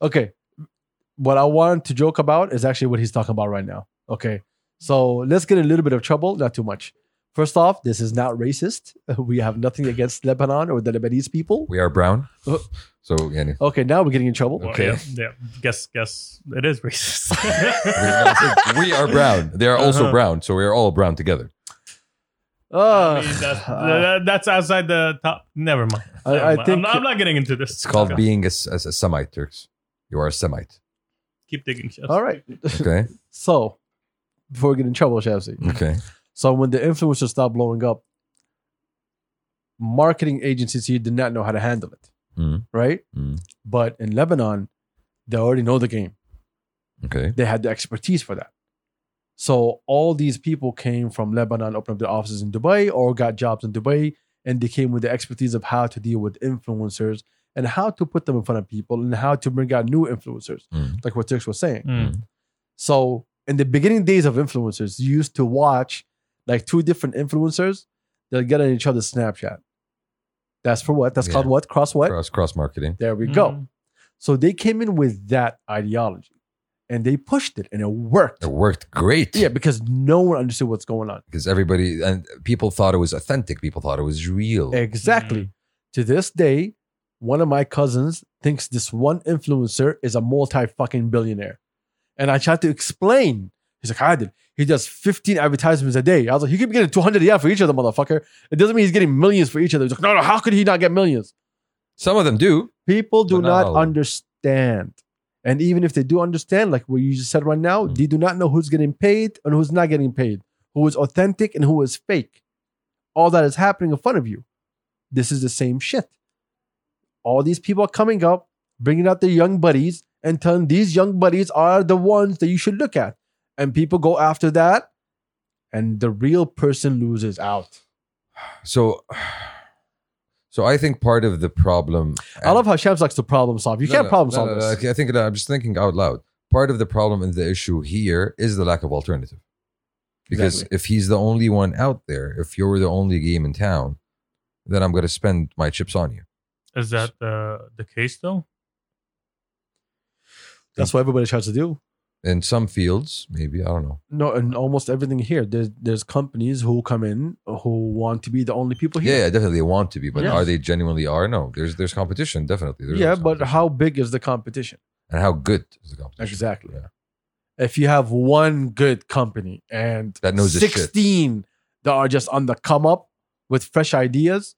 okay. What I wanted to joke about is actually what he's talking about right now. Okay. So let's get in a little bit of trouble, not too much. First off, this is not racist. *laughs* We have nothing against Lebanon or the Lebanese people.
We are
*gasps*
brown.
Uh,
So, yeah.
Okay, now we're getting in trouble.
Well,
Okay.
yeah, yeah. Guess guess it is racist. *laughs*
we are brown. They are also
Uh-huh.
brown, so we are all brown together.
I
Ugh.
mean, that's,
Uh,
that- that's outside the top. Never mind.
I-
Never
I
mind.
think-
I'm, not- I'm not getting into this.
It's called being a, a, a Semite, Turks. You are a Semite.
Keep digging. Chefs.
*laughs* all right. *laughs*
Okay.
So, before we get in trouble, Shamsi.
Okay.
So when the influencers stopped blowing up, marketing agencies here did not know how to handle it,
Mm.
right?
Mm.
But in Lebanon, they already know the game.
Okay.
They had the expertise for that. So all these people came from Lebanon, opened up their offices in Dubai, or got jobs in Dubai, and they came with the expertise of how to deal with influencers and how to put them in front of people and how to bring out new influencers,
Mm.
like what Tix was saying.
Mm.
So in the beginning days of influencers, you used to watch like two different influencers they'll get on each other's Snapchat. That's for what? That's
Yeah.
called what? Cross what?
Cross cross marketing.
There we
Mm.
go. So they came in with that ideology and they pushed it and it worked.
It worked great.
Yeah, because no one understood what's going on.
Because everybody Mm. and people thought it was authentic. People thought it was real.
Exactly. To this day, one of my cousins thinks this one influencer is a multi fucking billionaire. And I tried to explain. He's like, Adil, he does 15 advertisements a day. I was like, he could be getting 200 yeah for each of them, motherfucker. It doesn't mean he's getting millions for each of them. He's like, no, no, how could he not get millions?
Some of them do.
People do
But not
not
all of them.
understand. And even if they do understand, like what you just said right now,
Mm.
they do not know who's getting paid and who's not getting paid, who is authentic and who is fake. All that is happening in front of you. This is the same shit. All these people are coming up, bringing out their young buddies, and telling these young buddies are the ones that you should look at. And people go after that, and the real person loses out.
So, so I think part of the problem.
I love how Shams likes to problem solve. You
No,
can't
no,
problem
no,
solve
no, no,
this.
okay, I think no, I'm just thinking out loud. Part of the problem and the issue here is the lack of alternative. Because
Exactly.
if he's the only one out there, if you're the only game in town, then I'm going to spend my chips on you.
Is that uh, the the case though?
That's what everybody tries to do.
In some fields, maybe I don't know.
No, and almost everything here. There's there's companies who come in who want to be the only people
Yeah,
here.
yeah, definitely they want to be, but
Yes.
are they genuinely are? No, there's there's competition definitely. There's
yeah,
always
but
competition.
how big is the competition?
and how good is the competition?
Exactly.
Yeah.
If you have one good company and
That knows its shit.
sixteen that are just on the come up with fresh ideas,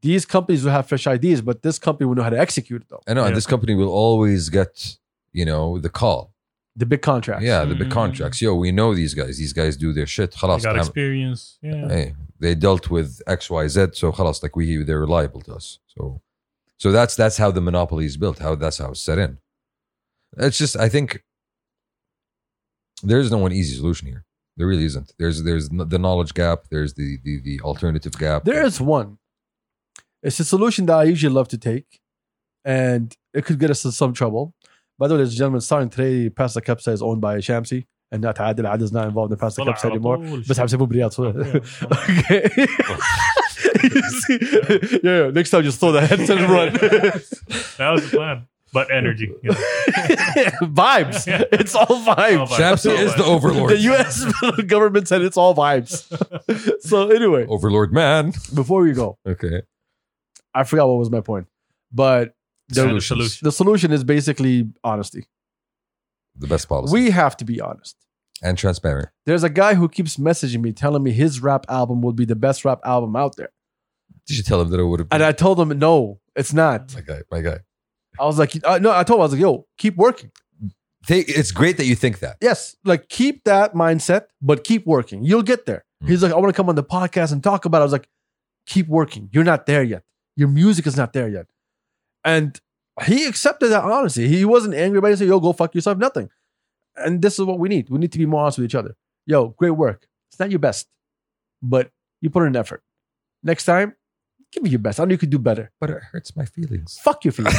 these companies will have fresh ideas, but this company will know how to execute it though.
I know,
Yeah.
and this company will always get you know the call.
The big contracts.
Yeah, the
Mm.
big contracts. Yo, we know these guys. These guys do their shit.
I
خلاص,
got
I'm-
experience. Yeah.
hey, they dealt with X, Y, Z. So خلاص, like we, they're reliable to us. So, so that's that's how the monopoly is built. How that's how it's set in. It's just I think there's no one easy solution here. There really isn't. There's there's n- the knowledge gap. There's the the, the alternative gap.
There is one. It's a solution that I usually love to take, and it could get us in some trouble. By the way, ladies and gentlemen, starting today, Pasta Kepsa is owned by Shamsi, and not Adil. Adil is not involved in Pasta
طلع
Kepsa
على
anymore.
طول
بس
شيء.
حمسيبه برياض
Yeah.
*laughs* Okay. *laughs* You see? yeah, yeah, next time just throw that headset and run. *laughs*
*laughs* that was the plan. But energy. you know.
vibes. It's all vibes.
Oh,
Shamsi is the overlord.
*laughs* the U.S. government said it's all vibes. so anyway,
overlord man.
before we go,
Okay.
I forgot what was my point, but
Yeah, the
Solutions.
solution.
the solution is basically honesty.
The best policy.
We have to be honest.
and transparent.
There's a guy who keeps messaging me telling me his rap album will be the best rap album out there.
Did you tell him that it would have been
And I told him, no, it's not.
my guy, my guy.
I was like, uh, no, I told him, I was like, yo, keep working.
Take, it's great that you think that.
Yes, like keep that mindset, but keep working. You'll get there. He's like, I want to come on the podcast and talk about it. I was like, keep working. You're not there yet. Your music is not there yet. And he accepted that honestly. He wasn't angry about it. He said, yo, go fuck yourself, nothing. And this is what we need. We need to be more honest with each other. Yo, great work. It's not your best, but you put in effort. Next time, give me your best. I know you could do better.
But it hurts my feelings.
Fuck your *laughs* feelings.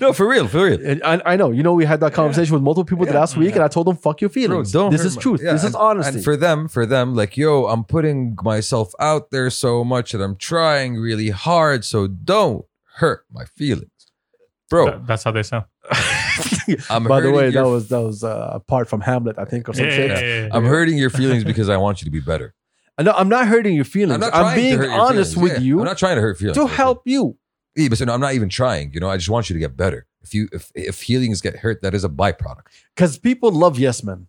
No, for real, for real.
And I, I know, you know, we had that conversation with multiple people
Yeah.
last week, and I told them, "Fuck your
Bro,
feelings.
don't
this
hurt
is
my-
truth.
Yeah,
this is
and-
honesty."
And for them, for them, like, yo, I'm putting myself out there so much and I'm trying really hard, so don't hurt my feelings. Bro,
That- that's how they sound.
I'm
By the
hurting
way,
your-
that was that was uh, a part from Hamlet, I think, or some
Yeah,
shit.
yeah, yeah, yeah.
I'm hurting your
*laughs*
feelings because I want you to be better.
No, I'm not hurting your
I'm
feelings. I'm,
not trying to
being
hurt your
honest
feelings.
with
Yeah,
you
I'm not trying to hurt feelings.
to
Okay.
help you.
Yeah, but so no, I'm not even trying. You know, I just want you to get better. If you if if feelings get hurt, that is a byproduct.
Because people love yes men.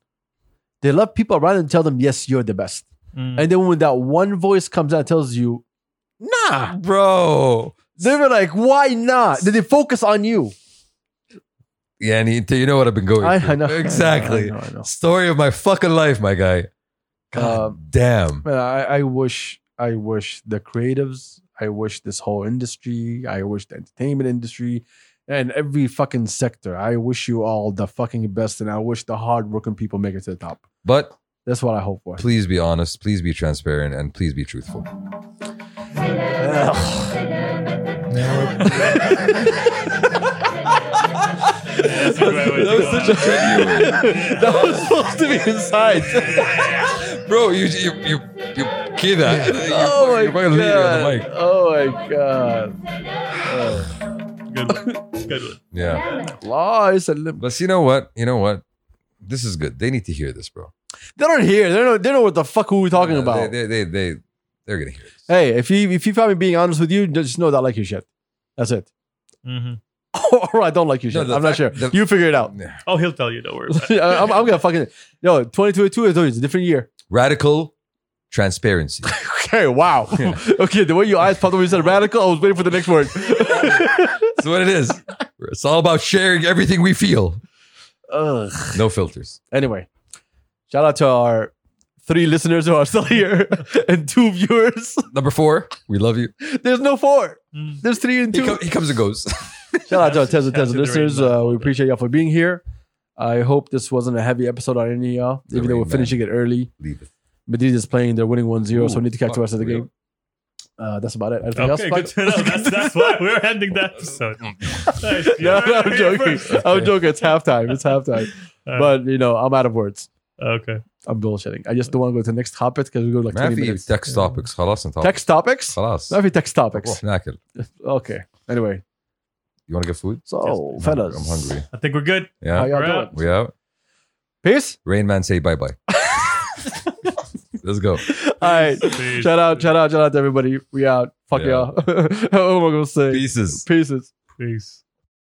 They love people around and tell them, yes, you're the best.
Mm.
And then when that one voice comes out and tells you, nah,
Bro.
they were like, why not? Then they focus on you.
Yeah, and you, you know what I've been going
I,
through.
I know. *laughs*
Exactly.
I know, I know.
Story of my fucking life, my guy. God
Um,
damn.
Man, I, I wish I wish the creatives, I wish this whole industry, I wish the entertainment industry and every fucking sector. I wish you all the fucking best and I wish the hardworking people make it to the top.
But
That's what I hope for.
please be honest, please be transparent, and please be truthful.
Ugh.
That's a great way to go out.
that was supposed to
*laughs*
be inside.
Bro, you you you you kid that. You,
oh my
*laughs* you're fucking leader on the
god.
mic.
Oh my god. Oh,
Good one. Good one.
Yeah.
Allah Yuslim.
But you know what? You know what? This is good. They need to hear this, bro.
They don't hear. They don't they don't know what the fuck who we talking
Yeah,
about.
They they they, they They're gonna hear this.
Hey, if you if you find me being honest with you, just know that I like your shit. That's it. *laughs*
hmm
or I don't like your
No,
shit.
the
I'm not
fact-
sure.
the-
you figure it out. *laughs*
Yeah.
Oh, he'll tell you. Don't worry. About it.
I'm, I'm gonna fucking no. 2022 is always a different year. *laughs*
Radical *laughs* transparency.
Okay, wow.
Yeah.
*laughs* okay, the way your eyes popped up when you said radical, I was waiting for the next word. *laughs*
That's what it is. It's all about sharing everything we feel.
Ugh.
No filters.
Anyway, shout out to our three listeners who are still here *laughs* and two viewers. *laughs*
Number four, we love you.
There's no four.
Mm.
There's three and
He,
two.
com- he comes and
*laughs*
goes.
Shout out to our
That's-
Tesla
that's
Tesla
the
listeners.
rain man.
Uh, we appreciate y'all for being here. I hope this wasn't a heavy episode on any of y'all,
The
even though
rain
we're
man.
finishing it early.
Leave it.
Madrid is playing, they're winning 1 0, so we need to catch the
fuck,
rest of the
real.
game. Uh, that's about it. Anything else?
Okay, good to know. That's, that's why we're ending the episode.
*laughs*
Nice.
no, no, I'm
You're
joking.
first.
I'm joking. It's halftime. It's
*laughs*
halftime.
Uh,
But, you know, I'm out of words.
okay.
I'm bullshitting. I just don't want to go to the next topic because we go like 20
ما في
minutes.
text topics خلاص انت
Text topics?
خلاص
Not text topics.
روح ناكل.
Okay. Anyway,
You want to get food?
so,
I'm hungry.
fellas.
I'm hungry.
I think we're good.
How
Yeah.
y'all
We're
doing?
out.
We out.
Peace?
Rain Man say bye bye. Let's go.
All right.
Peace.
Shout out, *laughs* shout out, shout out to everybody. We out. Fuck
Yeah.
y'all. oh my god, say
Pieces.
pieces.
Peace.